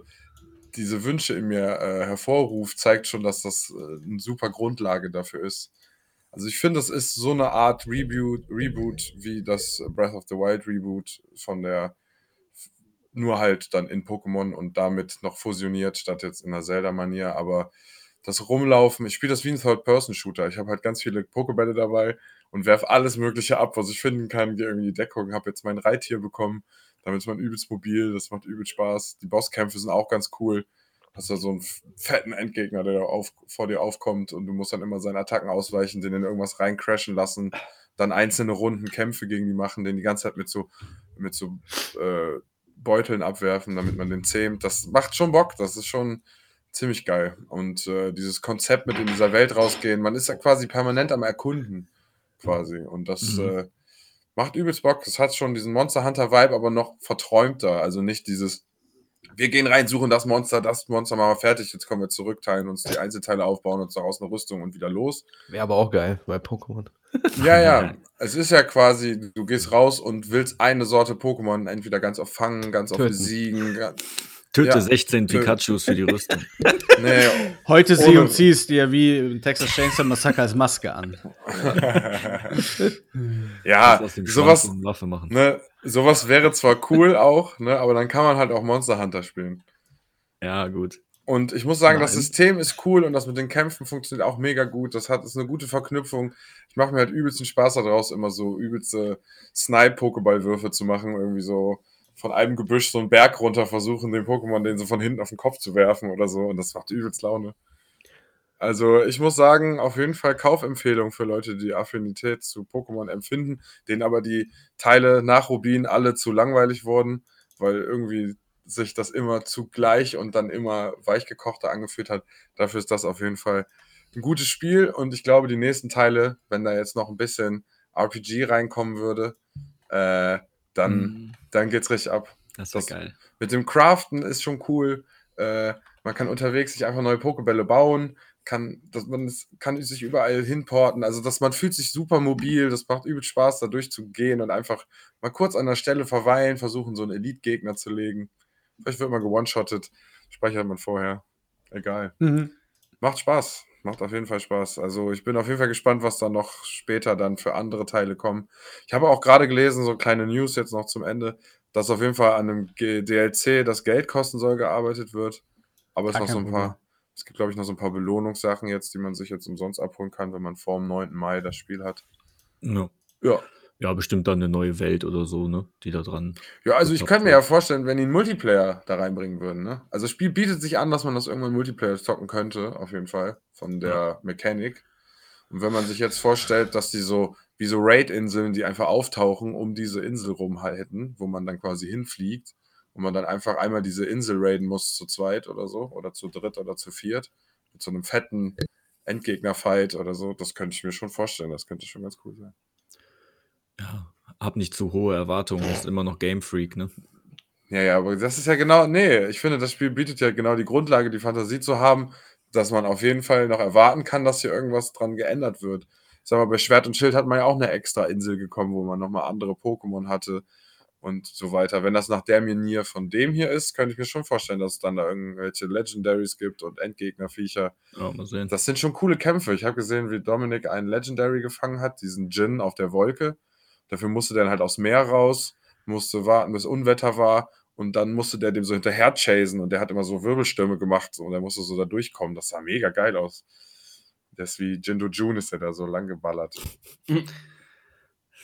C: diese Wünsche in mir äh, hervorruft, zeigt schon, dass das äh, eine super Grundlage dafür ist. Also ich finde, das ist so eine Art Reboot, Reboot wie das Breath of the Wild Reboot von der nur halt dann in Pokémon und damit noch fusioniert, statt jetzt in der Zelda-Manier, aber das Rumlaufen, ich spiele das wie ein Third-Person-Shooter. Ich habe halt ganz viele Pokebälle dabei und werf alles Mögliche ab, was ich finden kann. Gehe irgendwie in die Deckung, habe jetzt mein Reittier bekommen. Damit ist man übelst mobil, das macht übel Spaß. Die Bosskämpfe sind auch ganz cool. Hast da so einen fetten Endgegner, der da auf, vor dir aufkommt und du musst dann immer seinen Attacken ausweichen, den in irgendwas reincrashen lassen, dann einzelne Runden Kämpfe gegen die machen, den die ganze Zeit mit so, mit so äh, Beuteln abwerfen, damit man den zähmt. Das macht schon Bock, das ist schon ziemlich geil. Und äh, dieses Konzept mit in dieser Welt rausgehen, man ist ja quasi permanent am Erkunden, quasi. Und das
A: Mhm.
C: äh, macht übelst Bock. Es hat schon diesen Monster Hunter-Vibe, aber noch verträumter. Also nicht dieses, wir gehen rein, suchen das Monster, das Monster machen wir fertig, jetzt kommen wir zurück, teilen uns die Einzelteile aufbauen und daraus eine Rüstung und wieder los.
A: <laughs>
D: Wäre aber auch geil bei Pokémon.
C: Ja, ja. Es ist ja quasi, du gehst raus und willst eine Sorte Pokémon entweder ganz oft fangen, ganz oft
D: Töten.
C: besiegen. ga-
A: <laughs> Töte
C: Ja.
A: 16
C: Tö-
A: Pikachus für die Rüstung. <laughs>
C: Nee,
E: Heute
C: Ohne-
E: sie und ziehst dir wie im Texas Chainsaw Massacre als Maske an.
C: ja,
A: aus dem
C: sowas,
A: Schwanz eine Waffe machen.
C: ne, sowas wäre zwar cool auch, ne, aber dann kann man halt auch Monster Hunter spielen.
A: Ja, gut.
C: Und ich muss sagen, das
A: Nein.
C: System ist cool und das mit den Kämpfen funktioniert auch mega gut. Das hat ist eine gute Verknüpfung. Ich mache mir halt übelsten Spaß daraus, immer so übelste Snipe-Pokéballwürfe zu machen, irgendwie so von einem Gebüsch so einen Berg runter versuchen, den Pokémon den so von hinten auf den Kopf zu werfen oder so. Und das macht übelst Laune. Also ich muss sagen, auf jeden Fall Kaufempfehlung für Leute, die Affinität zu Pokémon empfinden, denen aber die Teile nach Rubin alle zu langweilig wurden, weil irgendwie sich das immer zugleich und dann immer weichgekochter angefühlt hat. Dafür ist das auf jeden Fall ein gutes Spiel und ich glaube, die nächsten Teile, wenn da jetzt noch ein bisschen RPG reinkommen würde, äh, dann,
A: Mhm.
C: dann geht's richtig ab
A: Das ist
C: das-
A: geil.
C: mit dem Craften ist schon cool. Äh, man kann unterwegs sich einfach neue Pokebälle bauen, kann, dass man es, kann sich überall hinporten. Also, dass man fühlt sich super mobil. Das macht übel Spaß, da durchzugehen und einfach mal kurz an der Stelle verweilen, versuchen, so einen Elite-Gegner zu legen. Vielleicht wird man gewone-shottet, speichert man vorher. Egal.
A: Mhm.
C: Macht Spaß. Macht auf jeden Fall Spaß. Also ich bin auf jeden Fall gespannt, was da noch später dann für andere Teile kommen. Ich habe auch gerade gelesen, so kleine News jetzt noch zum Ende, dass auf jeden Fall an einem G DLC das Geld kosten soll gearbeitet wird. Aber es
E: Gar
C: noch so
E: kein
C: ein paar, Es gibt, glaube ich, noch so ein paar Belohnungssachen jetzt, die man sich jetzt umsonst abholen kann, wenn man vor dem 9. Mai das Spiel hat.
A: Ja.
C: Ja.
A: ja, bestimmt dann eine neue Welt oder so, ne? Die da dran.
C: Ja, also ich kann mir ja vorstellen, wenn die einen Multiplayer da reinbringen würden. Ne? Also das Spiel bietet sich an, dass man das irgendwann Multiplayer zocken könnte, auf jeden Fall, von der Mechanik. Und wenn man sich jetzt vorstellt, dass die so wie so Raid-Inseln, die einfach auftauchen, um diese Insel rumhalten, wo man dann quasi hinfliegt und man dann einfach einmal diese Insel raiden muss zu zweit oder so oder zu dritt oder zu viert mit so einem fetten Endgegner-Fight oder so, das könnte ich mir schon vorstellen. Das könnte schon ganz cool sein.
A: Ja, hab nicht zu hohe Erwartungen, ist immer noch Game Freak, ne?
C: Ja, ja, aber das ist ja genau, nee, ich finde, das Spiel bietet ja genau die Grundlage, die Fantasie zu haben, dass man auf jeden Fall noch erwarten kann, dass hier irgendwas dran geändert wird. Ich sag mal, bei Schwert und Schild hat man ja auch eine extra Insel gekommen, wo man nochmal andere Pokémon hatte und so weiter. Wenn das nach der Manier von dem hier ist, könnte ich mir schon vorstellen, dass es dann da irgendwelche Legendaries gibt und Endgegnerviecher.
A: Ja, mal sehen.
C: Das sind schon coole Kämpfe. Ich habe gesehen, wie Dominik einen Legendary gefangen hat, diesen Djinn auf der Wolke. Dafür musste der dann halt aufs Meer raus, musste warten, bis Unwetter war und dann musste der dem so hinterher chasen und der hat immer so Wirbelstürme gemacht und er musste so da durchkommen. Das sah mega geil aus. Das ist wie Jindo June ist der da so lang geballert.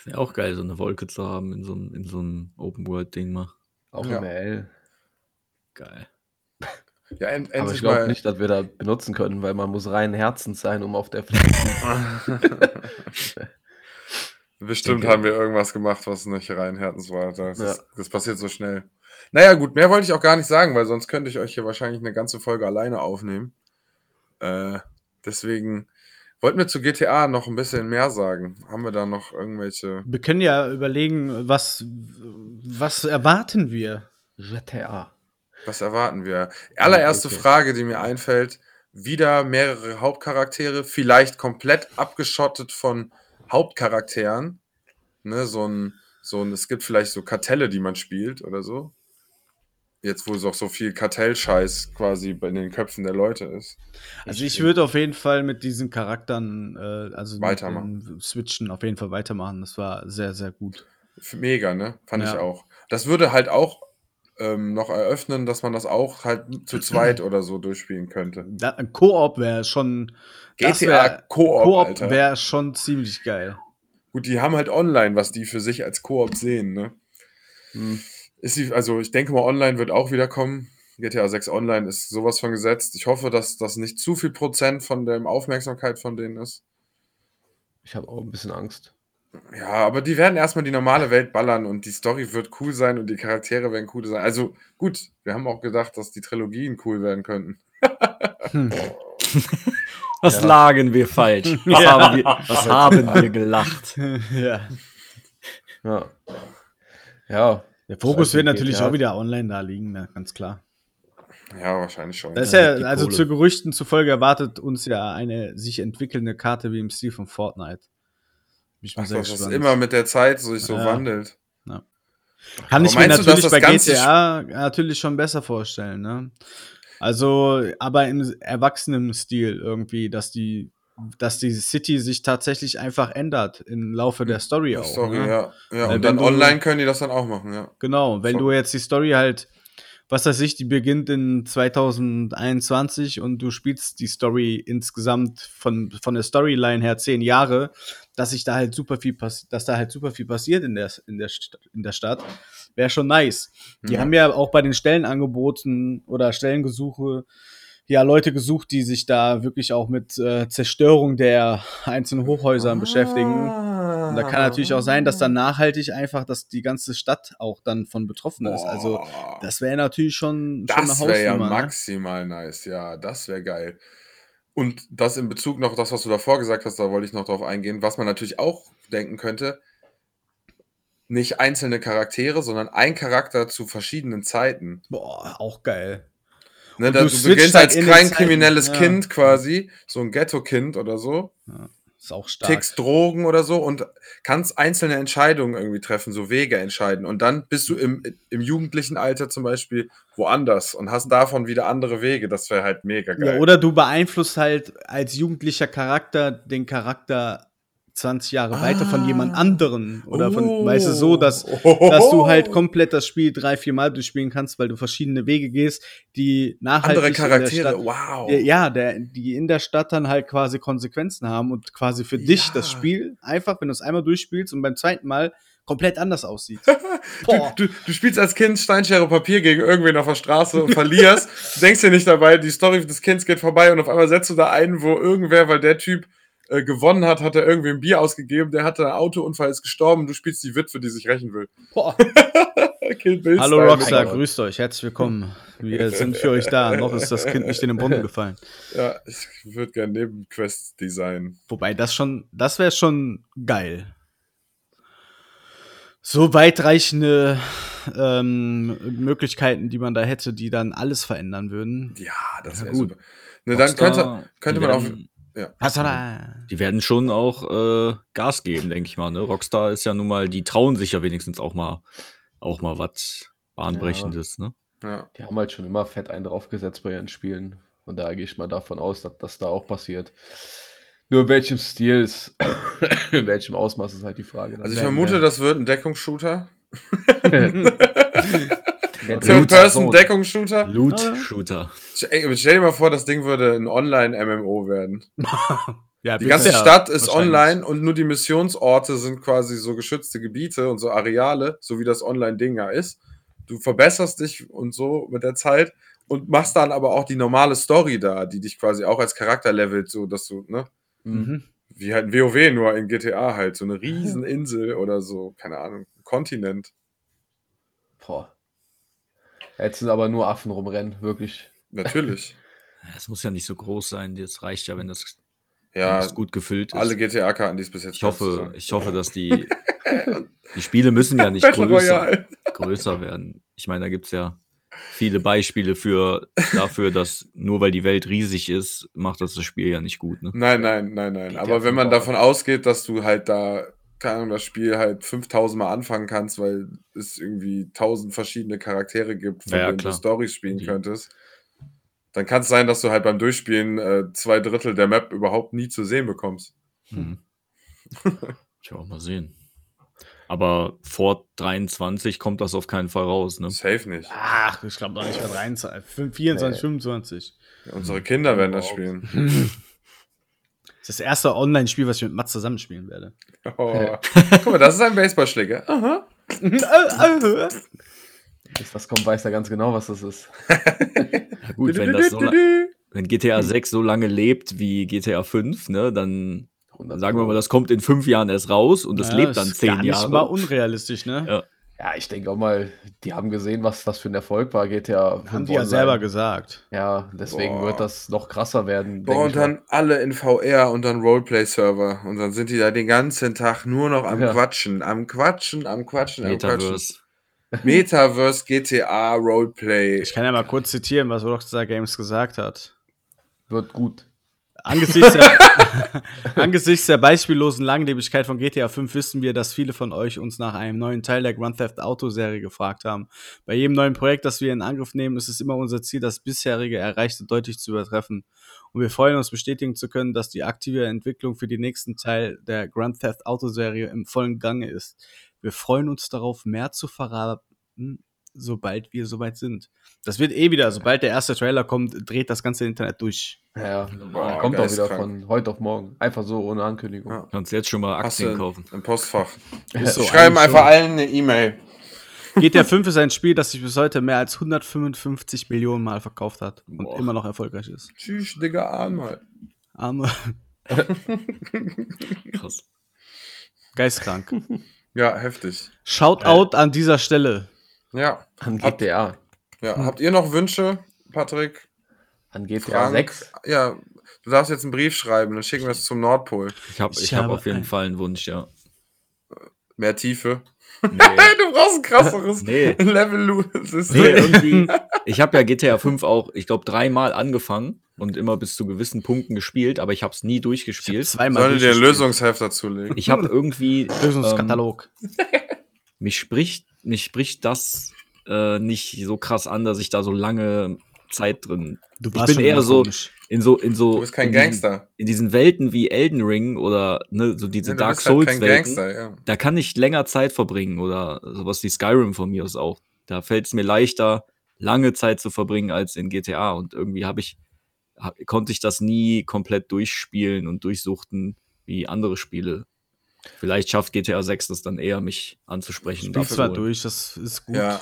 A: Wäre auch geil, so eine Wolke zu haben in so einem, in so einem Open-World-Ding mal.
D: Auch
C: Ja.
D: im L.
A: Geil.
C: Ja, en endlich
D: Aber ich
C: mal.
D: glaube nicht, dass wir da benutzen können, weil man muss rein Herzens sein, um auf der <laughs> Fläche.
C: <laughs> Bestimmt
D: Denke-
C: haben wir irgendwas gemacht, was nicht rein Herzens war. Das,
D: Ja.
C: ist, das passiert so schnell. Naja, gut, mehr wollte ich auch gar nicht sagen, weil sonst könnte ich euch hier wahrscheinlich eine ganze Folge alleine aufnehmen. Äh, deswegen wollten wir zu GTA noch ein bisschen mehr sagen. Haben wir da noch irgendwelche.
E: Wir können ja überlegen, was, was erwarten wir?
D: GTA.
C: Was erwarten wir? Allererste
A: Okay.
C: Frage, die mir einfällt: wieder mehrere Hauptcharaktere, vielleicht komplett abgeschottet von Hauptcharakteren. Ne, so ein, so ein, es gibt vielleicht so Kartelle, die man spielt oder so. Jetzt, wo es auch so viel Kartellscheiß quasi in den Köpfen der Leute ist.
E: Also ich würde auf jeden Fall mit diesen Charakteren, äh, also mit
C: Weitermachen.
E: den Switchen auf jeden Fall weitermachen. Das war sehr, sehr gut.
C: F- Mega, ne? Fand ich
E: Ja.
C: auch. Das würde halt auch ähm, noch eröffnen, dass man das auch halt zu
E: <clears throat>
C: zweit oder so durchspielen könnte.
E: Da, ein Koop wäre schon. das
C: GTA
E: wär-
C: Koop,
E: Koop
C: Alter.
E: wäre schon ziemlich
A: <laughs>
E: geil.
C: Gut, die haben halt online, was die für sich als Koop sehen, ne?
D: Hm.
C: Ist die, also ich denke mal, online wird auch wieder kommen. GTA 6 Online ist sowas von gesetzt. Ich hoffe, dass das nicht zu viel Prozent von der Aufmerksamkeit von denen ist.
D: Ich habe auch ein bisschen Angst.
C: Ja, aber die werden erstmal die normale Welt ballern und die Story wird cool sein und die Charaktere werden cool sein. Also gut, wir haben auch gedacht, dass die Trilogien cool werden könnten.
A: Was
D: Ja.
A: lagen wir
C: <laughs>
A: falsch? Was, haben, wir, was
C: Also,
A: haben wir gelacht?
E: ja.
D: Ja. Ja.
E: Der Fokus
D: Scheiße,
E: wird natürlich
D: GTA.
E: auch wieder online da liegen, ne? ganz klar.
C: Ja, wahrscheinlich schon.
E: Das ist
A: Ja,
E: ja,
A: die
E: also
A: Kohle.
E: zu Gerüchten zufolge erwartet uns ja eine sich entwickelnde Karte wie im Stil von Fortnite. Bin Ich
C: Ach,
E: mal
C: dass das
E: gespannt.
C: immer mit der Zeit so sich so
E: Ja.
C: wandelt.
E: Kann
C: Aber
E: ich mir
C: meinst du,
E: natürlich
C: dass
E: bei
C: das ganze
E: GTA natürlich schon besser vorstellen, ne? Also, aber im erwachsenen Stil irgendwie, dass die, dass die City sich tatsächlich einfach ändert im Laufe der Story auch.
C: Hm. Story, ja.
E: ne?
C: ja.
E: Weil
C: Und dann
E: wenn du-
C: online können die das dann auch machen, ja.
E: Genau, wenn
C: Voll.
E: du jetzt die Story halt, was weiß ich, die beginnt in 2021 und du spielst die Story insgesamt von, von der Storyline her zehn Jahre, dass sich da halt super viel passiert, dass da halt super viel passiert in der, in der, St in der Stadt, wäre schon nice. Die
C: Ja.
E: haben ja auch bei den Stellenangeboten oder Stellengesuche ja Leute gesucht, die sich da wirklich auch mit äh, Zerstörung der einzelnen Hochhäusern beschäftigen.
C: Ah.
E: Und da kann natürlich auch sein, dass dann nachhaltig einfach, dass die ganze Stadt auch dann von betroffen ist. Also
C: Boah.
E: das wäre natürlich schon, schon
C: Das wäre ja
E: ne?
C: maximal nice, ja, das wäre geil. Und das in Bezug noch das, was du davor gesagt hast, da wollte ich noch drauf eingehen, was man natürlich auch denken könnte, nicht einzelne Charaktere, sondern ein Charakter zu verschiedenen Zeiten.
E: Boah, auch geil.
C: Ne,
E: Und
C: da,
E: du
C: du,
E: switchst
C: beginnst
E: halt
C: als
E: in den
C: klein
E: Zeiten,
C: kriminelles
E: ja.
C: Kind quasi, so ein Ghetto-Kind oder so,
E: Ist auch stark.
C: tickst Drogen oder so und kannst einzelne Entscheidungen irgendwie treffen, so Wege entscheiden. Und dann bist du im, im jugendlichen Alter zum Beispiel woanders und hast davon wieder andere Wege. Das wäre halt mega geil.
E: Ja, oder du beeinflusst halt als jugendlicher Charakter den Charakter 20 Jahre weiter von
C: Ah.
E: jemand anderen. Oder von, weißt du,
C: Oh.
E: so, dass, dass du halt komplett das Spiel drei, vier Mal durchspielen kannst, weil du verschiedene Wege gehst, die nachhaltig
C: andere
E: halt in der
C: Charaktere,
E: Stadt,
C: wow.
E: der, ja, der, die in der Stadt dann halt quasi Konsequenzen haben und quasi für dich
C: Ja.
E: das Spiel einfach, wenn du es einmal durchspielst und beim zweiten Mal komplett anders
C: <laughs>
E: aussieht. Boah.
C: Du, du, du spielst als Kind Steinschere Papier gegen irgendwen auf der Straße und verlierst, denkst dir nicht dabei, die Story des Kindes geht vorbei und auf einmal setzt du da ein, wo irgendwer, weil der Typ äh, gewonnen hat, hat er irgendwie ein Bier ausgegeben, der hatte einen Autounfall, ist gestorben, du spielst die Witwe, die sich rächen will.
E: Boah.
C: Kill Bill
E: Hallo
C: Style.
E: Rockstar, grüßt euch, herzlich willkommen.
C: <laughs>
E: Wir sind für euch da. Noch ist das Kind nicht in den Brunnen gefallen.
C: Ja, ich würde gerne Nebenquests designen.
E: Wobei das schon, das wäre schon geil. So weitreichende ähm, Möglichkeiten, die man da hätte, die dann alles verändern würden.
C: Ja, das
A: Ja,
C: wäre
A: gut.
C: super. Ne, dann könnte,
A: Rockstar,
C: könnte
A: die
C: man auch-
A: werden-
E: Hasala.
A: Die werden schon auch äh, Gas geben, denke ich mal. Ne? Rockstar ist ja nun mal, die trauen sich ja wenigstens auch mal, auch mal was Bahnbrechendes. Ne?
C: ja.
D: Die haben halt schon immer fett einen draufgesetzt bei ihren Spielen. Und da gehe ich mal davon aus, dass das da auch passiert. Nur in welchem Stil ist, <coughs> in welchem Ausmaß ist halt die Frage.
C: Also ich
D: Wenn-
C: vermute,
D: wenn-
C: das wird ein Deckungsshooter.
D: <laughs> wenn-
C: Third-Person-Deckungsshooter.
A: Loot-Shooter.
C: Stell dir mal vor, das Ding würde ein Online-MMO werden.
E: <laughs> Ja,
C: Die
E: wir-
C: ganze
E: ja,
C: Stadt ist
E: wahrscheinlich.
C: online und nur die Missionsorte sind quasi so geschützte Gebiete und so Areale, so wie das Online-Ding ja ist. Du verbesserst dich und so mit der Zeit und machst dann aber auch die normale Story da, die dich quasi auch als Charakter levelt, so dass du, ne?
E: Mhm.
C: Wie halt ein WoW nur in GTA halt, so eine Rieseninsel oder so, keine Ahnung, Kontinent.
D: Boah. Jetzt sind aber nur Affen rumrennen, wirklich.
C: Natürlich.
A: Es muss ja nicht so groß sein. Das reicht <laughs> ja, wenn das, wenn
C: Ja,
A: das gut gefüllt ist.
C: alle GTA-Karten, die es bis jetzt
A: ich
C: gab,
A: hoffe,
C: zusammen.
A: ich hoffe, dass
C: <laughs>
A: die, die Spiele müssen ja nicht
C: Battle
A: größer,
C: Royale.
A: größer werden. Ich meine, da gibt es ja viele Beispiele für dafür, dass nur weil die Welt riesig ist, macht das das Spiel ja nicht gut. Ne?
C: Nein, nein, nein, nein.
D: Geht
C: Aber
D: ja
C: wenn man
D: super.
C: davon ausgeht, dass du halt da, keine Ahnung, das Spiel halt 5000 Mal anfangen kannst, weil es irgendwie 1000 verschiedene Charaktere gibt, von
A: Ja, ja,
C: denen
A: klar.
C: du Storys spielen
A: Die-
C: könntest, dann kann es sein, dass du halt beim Durchspielen äh, zwei Drittel der Map überhaupt nie zu sehen bekommst.
A: Mhm. Tja, mal sehen. Aber vor 23 kommt das auf keinen Fall raus. Ne?
C: Safe nicht.
E: Ach, ich glaube noch nicht mal 23, 24, 25.
C: Unsere Kinder werden das spielen.
A: <laughs>
E: Das ist das erste Online-Spiel, was ich mit Mats zusammenspielen werde.
C: Oh. Guck mal, das ist ein Baseballschläger. Aha.
D: Bis das kommt, weiß er ganz genau, was das ist.
A: Ja, gut, wenn, das so, la-
C: <laughs>
A: Hm. wenn GTA 6 so lange lebt wie GTA 5, ne, dann sagen wir mal, das kommt in fünf Jahren erst raus und das
E: Ja,
A: lebt dann
E: ist
A: zehn
E: gar
A: Jahre.
E: Nicht mal unrealistisch, ne?
A: Ja.
D: Ja, ich denke auch mal, die haben gesehen, was das für ein Erfolg war. Geht ja.
E: Haben die ja selber gesagt.
D: Ja, deswegen
C: Boah.
D: wird das noch krasser werden. denk
C: Boah,
D: ich
C: und
D: mal.
C: dann alle in VR und dann Roleplay-Server. Und dann sind die da den ganzen Tag nur noch am
D: Ja.
C: Quatschen, am Quatschen, am Quatschen, am Quatschen.
A: Metaverse. <laughs>
C: Metaverse, GTA, Roleplay.
E: Ich kann ja mal kurz zitieren, was Rockstar Games gesagt hat.
D: wird gut.
E: Angesichts der, <laughs> angesichts der beispiellosen Langlebigkeit von GTA 5 wissen wir, dass viele von euch uns nach einem neuen Teil der Grand Theft Auto Serie gefragt haben. Bei jedem neuen Projekt, das wir in Angriff nehmen, ist es immer unser Ziel, das bisherige Erreichte deutlich zu übertreffen. Und wir freuen uns, bestätigen zu können, dass die aktive Entwicklung für den nächsten Teil der Grand Theft Auto Serie im vollen Gange ist. Wir freuen uns darauf, mehr zu verraten, sobald wir soweit sind. Das wird eh wieder, sobald der erste Trailer kommt, dreht das ganze Internet durch.
D: Ja,
E: Oh,
C: Boah,
D: kommt auch wieder
C: geisteskrank.
D: von heute auf morgen. Einfach so ohne Ankündigung.
C: Ja.
A: Kannst jetzt schon mal
C: Hast
A: Aktien
C: du
A: kaufen.
C: Im Postfach.
E: Ist so,
C: Äh, Schreiben
E: eigentlich
C: einfach allen eine E-Mail.
E: schon. GTA 5 ist ein Spiel, das sich bis heute mehr als 155 Millionen Mal verkauft hat und
A: Boah.
E: immer noch erfolgreich ist.
C: Tschüss, Digga, einmal.
E: Arme,
A: Krass.
E: geistkrank.
C: Ja, heftig.
E: Shoutout an dieser Stelle.
C: Ja.
D: An
C: Ab-
D: GTA.
C: ja. Habt ihr noch Wünsche, Patrick?
D: An GTA
C: Fragen?
D: 6.
C: Ja, du darfst jetzt einen Brief schreiben, dann schicken wir es zum Nordpol.
A: Ich, hab, ich,
E: Ich
A: hab
E: habe
A: auf jeden
E: ein-
A: Fall einen Wunsch, <laughs> ja.
C: Mehr Tiefe. <laughs>
A: Nee.
C: Du brauchst ein krasseres
A: Nee. Nee,
C: Level-System.
A: irgendwie.
C: <laughs>
A: Ich habe ja GTA 5 auch, ich glaube, dreimal angefangen und immer bis zu gewissen Punkten gespielt, aber ich habe es nie durchgespielt.
E: Zweimal
C: Sollte dir ein
E: durchgespielt.
C: Lösungsheft dazulegen.
A: Ich habe irgendwie. Ähm,
E: Lösungskatalog.
A: mich spricht, mich spricht das äh, nicht so krass an, dass ich da so lange Zeit drin.
E: Du
A: ich bin
E: schon
A: eher
E: immer
A: so,
E: komisch.
A: in so, in so.
C: Du bist kein
A: in diesen-
C: Gangster.
A: In diesen Welten wie Elden Ring oder ne, so diese
C: Ja, du
A: Dark
C: bist halt
A: Souls
C: kein
A: Welten.
C: Gangster, ja.
A: da kann ich länger Zeit verbringen oder sowas wie Skyrim von mir aus auch. Da fällt es mir leichter, lange Zeit zu verbringen als in GTA. Und irgendwie habe ich, ha- konnte ich das nie komplett durchspielen und durchsuchten wie andere Spiele. Vielleicht schafft GTA 6 das dann eher, mich
E: Ich
A: anzusprechen. und
E: spiel zwar
A: abzuholen.
E: durch, das ist gut.
C: Ja.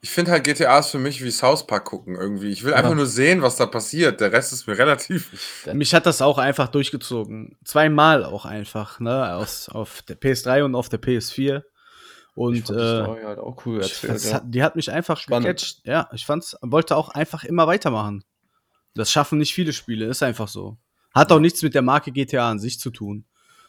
C: Ich finde halt GTA ist für mich wie South Park gucken irgendwie. Ich will einfach nur sehen, was da passiert. Der Rest ist mir relativ.
E: Mich hat das auch einfach durchgezogen. Zweimal auch einfach, ne? Aus, auf der PS3 und auf der PS4. Und
D: ich fand die
E: äh,
D: Story halt auch cool
E: ich
D: erzählt.
E: fand's,
D: Ja.
E: hat, die hat mich einfach
C: Spannend.
E: gecatcht. Ja, ich fand's, wollte auch einfach immer weitermachen. Das schaffen nicht viele Spiele, ist einfach so. Hat auch nichts mit der Marke GTA an sich zu tun,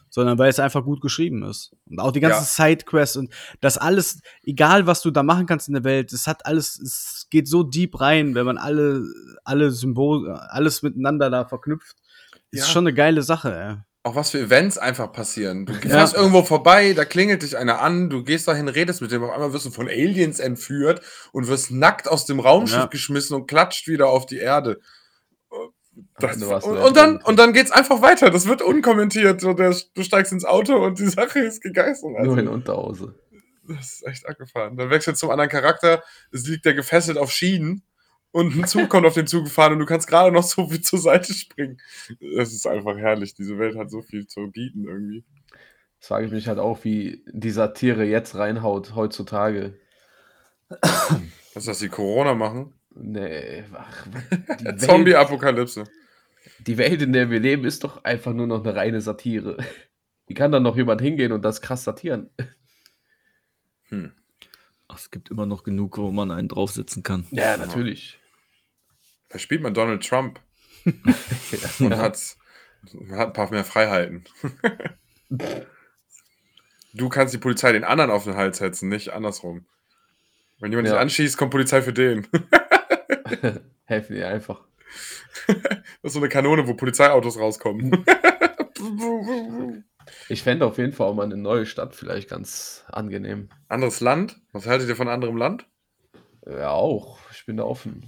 E: sondern weil es einfach gut geschrieben ist. Und auch die ganzen Sidequests und das alles, egal was du da machen kannst in der Welt, es hat alles, es geht so deep rein, wenn man alle, alle Symbole, alles miteinander da verknüpft. Ist
C: Ja.
E: schon eine geile Sache, ey.
C: Auch was für Events einfach passieren. Du fährst irgendwo vorbei, da klingelt dich einer an, du gehst dahin, redest mit dem. Auf einmal wirst du von Aliens entführt und wirst nackt aus dem Raumschiff
E: Ja.
C: geschmissen und klatscht wieder auf die Erde. Das,
D: Du warst
C: und,
D: nur
C: und dann,
D: auf-
C: und dann geht's einfach weiter. Das wird unkommentiert. So, der, du steigst ins Auto und die Sache ist gegeistert.
D: Nur in Unterhose.
C: Das ist echt abgefahren. Dann wechselt zum anderen Charakter. Es liegt der gefesselt auf Schienen und ein
D: <laughs>
C: Zug kommt auf den Zug gefahren und du kannst gerade noch so viel zur Seite springen. Es ist einfach herrlich. Diese Welt hat so viel zu bieten irgendwie.
D: Das frage ich mich halt auch, wie die Satire jetzt reinhaut heutzutage.
C: Was, dass die Corona machen?
D: Nee, ach,
E: <laughs>
D: die Welt,
C: Zombie-Apokalypse.
D: die Welt, in der wir leben, ist doch einfach nur noch eine reine Satire. Wie kann dann noch jemand hingehen und das krass satieren?
C: Hm.
A: Ach, es gibt immer noch genug, wo man einen draufsitzen kann.
D: Ja, natürlich.
C: Da spielt man Donald
D: <laughs>
C: Trump und hat's, man hat ein paar mehr Freiheiten. <laughs> du kannst die Polizei den anderen auf den Hals setzen, nicht andersrum. Wenn jemand dich
D: Ja.
C: anschießt, kommt Polizei für den.
D: Helfen dir einfach.
C: Das ist so eine Kanone, wo Polizeiautos rauskommen.
D: Hm. Ich fände auf jeden Fall auch mal eine neue Stadt vielleicht ganz angenehm.
C: <laughs> Anderes Land? Was haltet ihr von anderem Land?
D: Ja, auch. Ich bin da offen.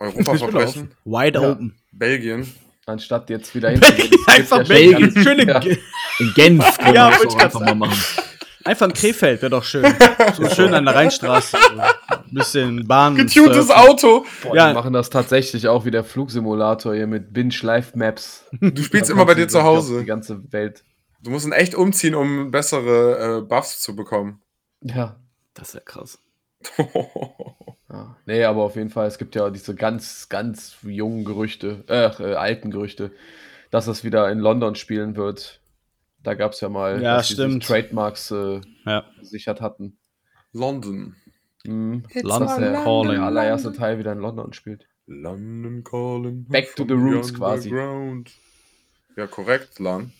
C: Europaverbrechen?
E: Wide
D: Ja.
E: open. <laughs>
D: Hm,
C: Belgien?
D: Anstatt jetzt wieder hinzugehen, das
E: Einfach
D: gibt's ja schon
E: Belgien.
D: ganz-
E: Schöne,
D: Ja.
E: Ge-
A: In
E: <laughs>
A: Genf kann
E: Ja,
A: man das
E: wollte
A: auch
E: ich grad
A: einfach mal machen.
E: Einfach in Krefeld wäre
C: <laughs>
E: doch schön. So schön an der Rheinstraße. Ein bisschen Bahn.
C: Getuntes
E: surfen.
C: Auto!
D: Boah,
E: Ja.
D: Die machen das tatsächlich auch wie der Flugsimulator hier mit Binge Live Maps. <laughs>
C: Du spielst immer bei dir zu
D: Die
C: Hause.
D: ganze Welt.
C: Du musst ihn echt umziehen, um bessere äh, Buffs zu bekommen. <laughs>
D: Ja.
A: Das ist ja krass.
D: ja. Nee, aber auf jeden Fall, es gibt ja diese ganz, ganz jungen Gerüchte, äh, äh alten Gerüchte, dass es wieder in London spielen wird. Da gab es ja mal,
E: Ja,
D: dass die sich
E: stimmt.
D: Trademarks äh,
E: Ja.
D: gesichert hatten.
C: London.
D: Mhm.
E: Lanz
D: Dass der,
E: Calling.
D: der allererste Teil wieder in London spielt.
C: London calling.
D: Back to
C: from
D: the roots quasi.
C: underground. Ja, korrekt, Lan.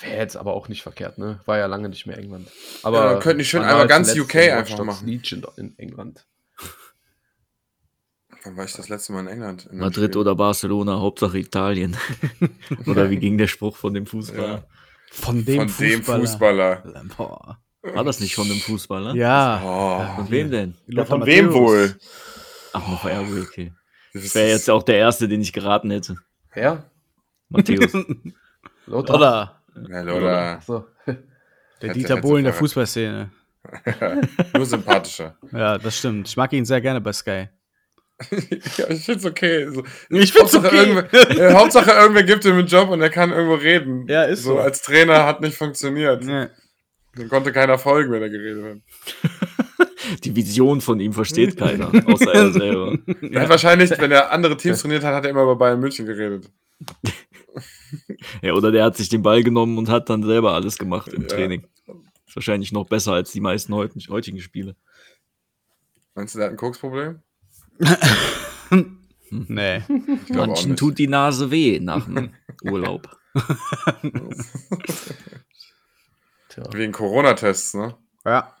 D: Wäre jetzt aber auch nicht verkehrt, ne? War ja lange nicht mehr England. Aber
C: Ja, dann könnten die schön
D: man
C: einmal
D: war
C: ganz
D: zuletzt
C: UK
D: in Watch
C: einfach
D: Dogs
C: machen.
D: Legion in England.
C: Wann war ich das letzte Mal in England? In einem
A: Madrid
C: Spiel.
A: oder Barcelona, Hauptsache
E: <laughs>
A: Italien. oder wie ging der Spruch von dem Fußballer?
E: Von dem
C: Von dem
E: Fußballer.
C: Fußballer.
E: Boah.
A: War das nicht von dem Fußballer?
E: Ah, Ja.
C: Oh.
A: Von wem denn?
C: Ja, von wem wohl?
A: Ach, noch Airway, okay.
C: Das
A: Wäre
C: ist-
A: jetzt auch der Erste, den ich geraten hätte.
D: Ja?
A: Matthäus.
D: Lothar?
E: Oder
C: Hell, oder?
D: Achso.
E: der
C: Hätte-
E: Dieter
C: hätte
E: Bohlen der
C: verraten.
E: Fußballszene.
C: Nur
E: <laughs>
C: sympathischer.
E: Ja, das stimmt. Ich mag ihn sehr gerne bei Sky.
C: ja, ich find's okay. So,
E: Ich
C: Hauptsache, irgendwer, <laughs> äh, Hauptsache irgendwer gibt ihm einen Job und er kann irgendwo reden.
E: Ja, ist so.
C: Als Trainer hat nicht funktioniert.
E: Ja.
C: Dann konnte keiner folgen, wenn er geredet
A: Die Vision von ihm versteht keiner, außer er selber.
C: hat. Er hat wahrscheinlich, wenn er andere Teams trainiert hat, hat er immer über Bayern München geredet.
A: Ja, oder der hat sich den Ball genommen und hat dann selber alles gemacht im
C: Ja.
A: Training. Ist wahrscheinlich noch besser als die meisten heutigen, heutigen Spiele.
C: Meinst du, der hat ein Koksproblem?
E: Nee.
C: Ich glaube auch
A: Manchen
C: nicht.
A: tut die Nase weh nach <laughs> dem Urlaub.
D: Tja.
C: Wegen Corona-Tests, ne?
E: Ja.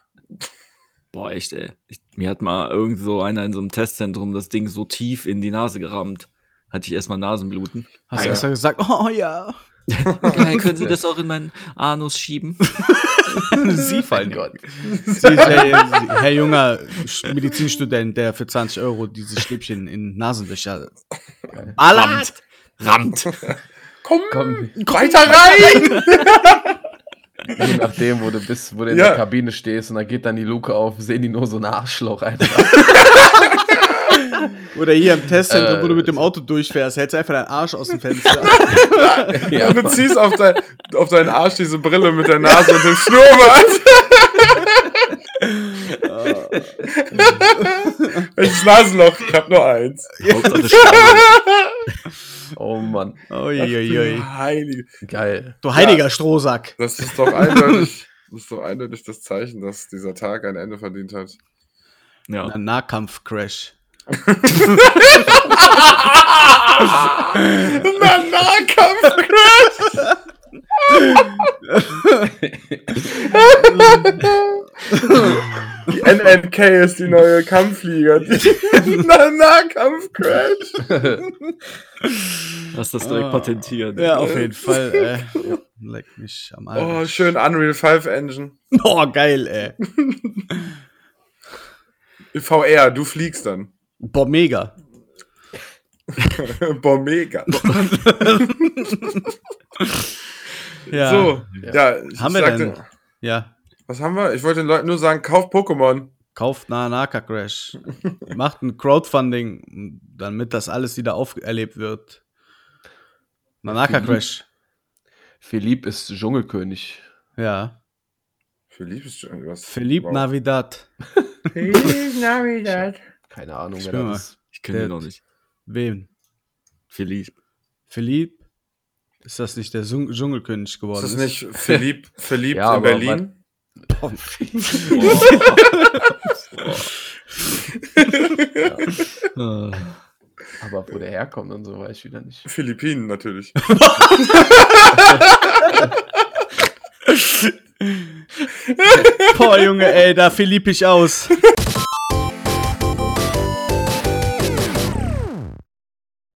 A: Boah, echt, ey. Ich, mir hat mal irgend so einer in so einem Testzentrum das Ding so tief in die Nase gerammt. Hatte ich erstmal Nasenbluten.
E: Hast
C: Ja.
E: du extra gesagt, oh ja.
C: <laughs>
A: Geil, können Sie das auch in meinen Anus schieben?
E: Sie fallen
D: Gott.
E: Sie ist der, Herr junger Sch- Medizinstudent, der für 20 Euro diese Stäbchen in Nasenlöcher ballert.
A: Rammt.
C: Komm,
D: Komm,
C: weiter rein!
D: je nachdem, wo du bist, wo du in
C: Ja.
D: der Kabine stehst und dann geht dann die Luke auf, sehen die nur so ein Arschloch, Alter.
C: <laughs>
E: Oder hier im Testzentrum,
D: Äh,
E: wo du mit dem Auto durchfährst, hältst einfach deinen Arsch aus dem Fenster.
D: Ja,
C: du
D: Mann.
C: ziehst auf, dein, auf deinen Arsch diese Brille mit der Nase und dem Schnurrbart. Welches Nasenloch? Ich hab nur eins.
A: Hauptsache Schlange.
D: Oh Mann,
E: Uiuiui.
C: Heilige.
D: geil.
E: Du heiliger Strohsack.
C: Das ist doch eindeutig. Das ist doch eindeutig das Zeichen, dass dieser Tag ein Ende verdient hat.
A: Ja.
E: Ein Nahkampf-Crash.
C: Na, Nahkampf! die NNK ist die neue Kampfflieger. Die- Na, Nahkampf-Crash!
A: Lass das direkt
E: Ah.
A: patentieren.
E: Ja, auf jeden Fall. Äh, ja, leck mich am
C: Oh,
E: Arsch.
C: schön Unreal 5 Engine.
E: Boah, geil, ey.
C: VR, du fliegst dann. <laughs>
E: Boah, mega.
C: Boah, mega.
E: Ja.
C: So, ja, ich
E: Haben wir
C: sagte,
E: denn? Ja.
C: was haben wir? Ich wollte den Leuten nur sagen, kauft Pokémon.
E: Kauft Nanaka Crash. Macht ein Crowdfunding, damit das alles wieder auferlebt wird. Nanaka Crash.
D: Philipp ist Dschungelkönig.
E: Ja.
C: Für Liebesjungle, was?
E: Philippe Navidad.
D: Keine Ahnung,
E: Ich
D: wer
E: bin
D: das ist.
A: Ich kenne
E: Der-
A: den noch nicht.
E: Wem?
A: Philipp.
E: Philipp? Ist das nicht der Dschung- Dschungelkönig
C: Ist
E: geworden?
C: das nicht Philipp, Philipp
D: <laughs> Ja,
C: in
D: aber
C: Berlin?
D: <laughs> Aber wo der herkommt und so, weiß ich wieder nicht.
C: Philippinen natürlich.
E: Boah, Junge, ey, da Philipp ich aus.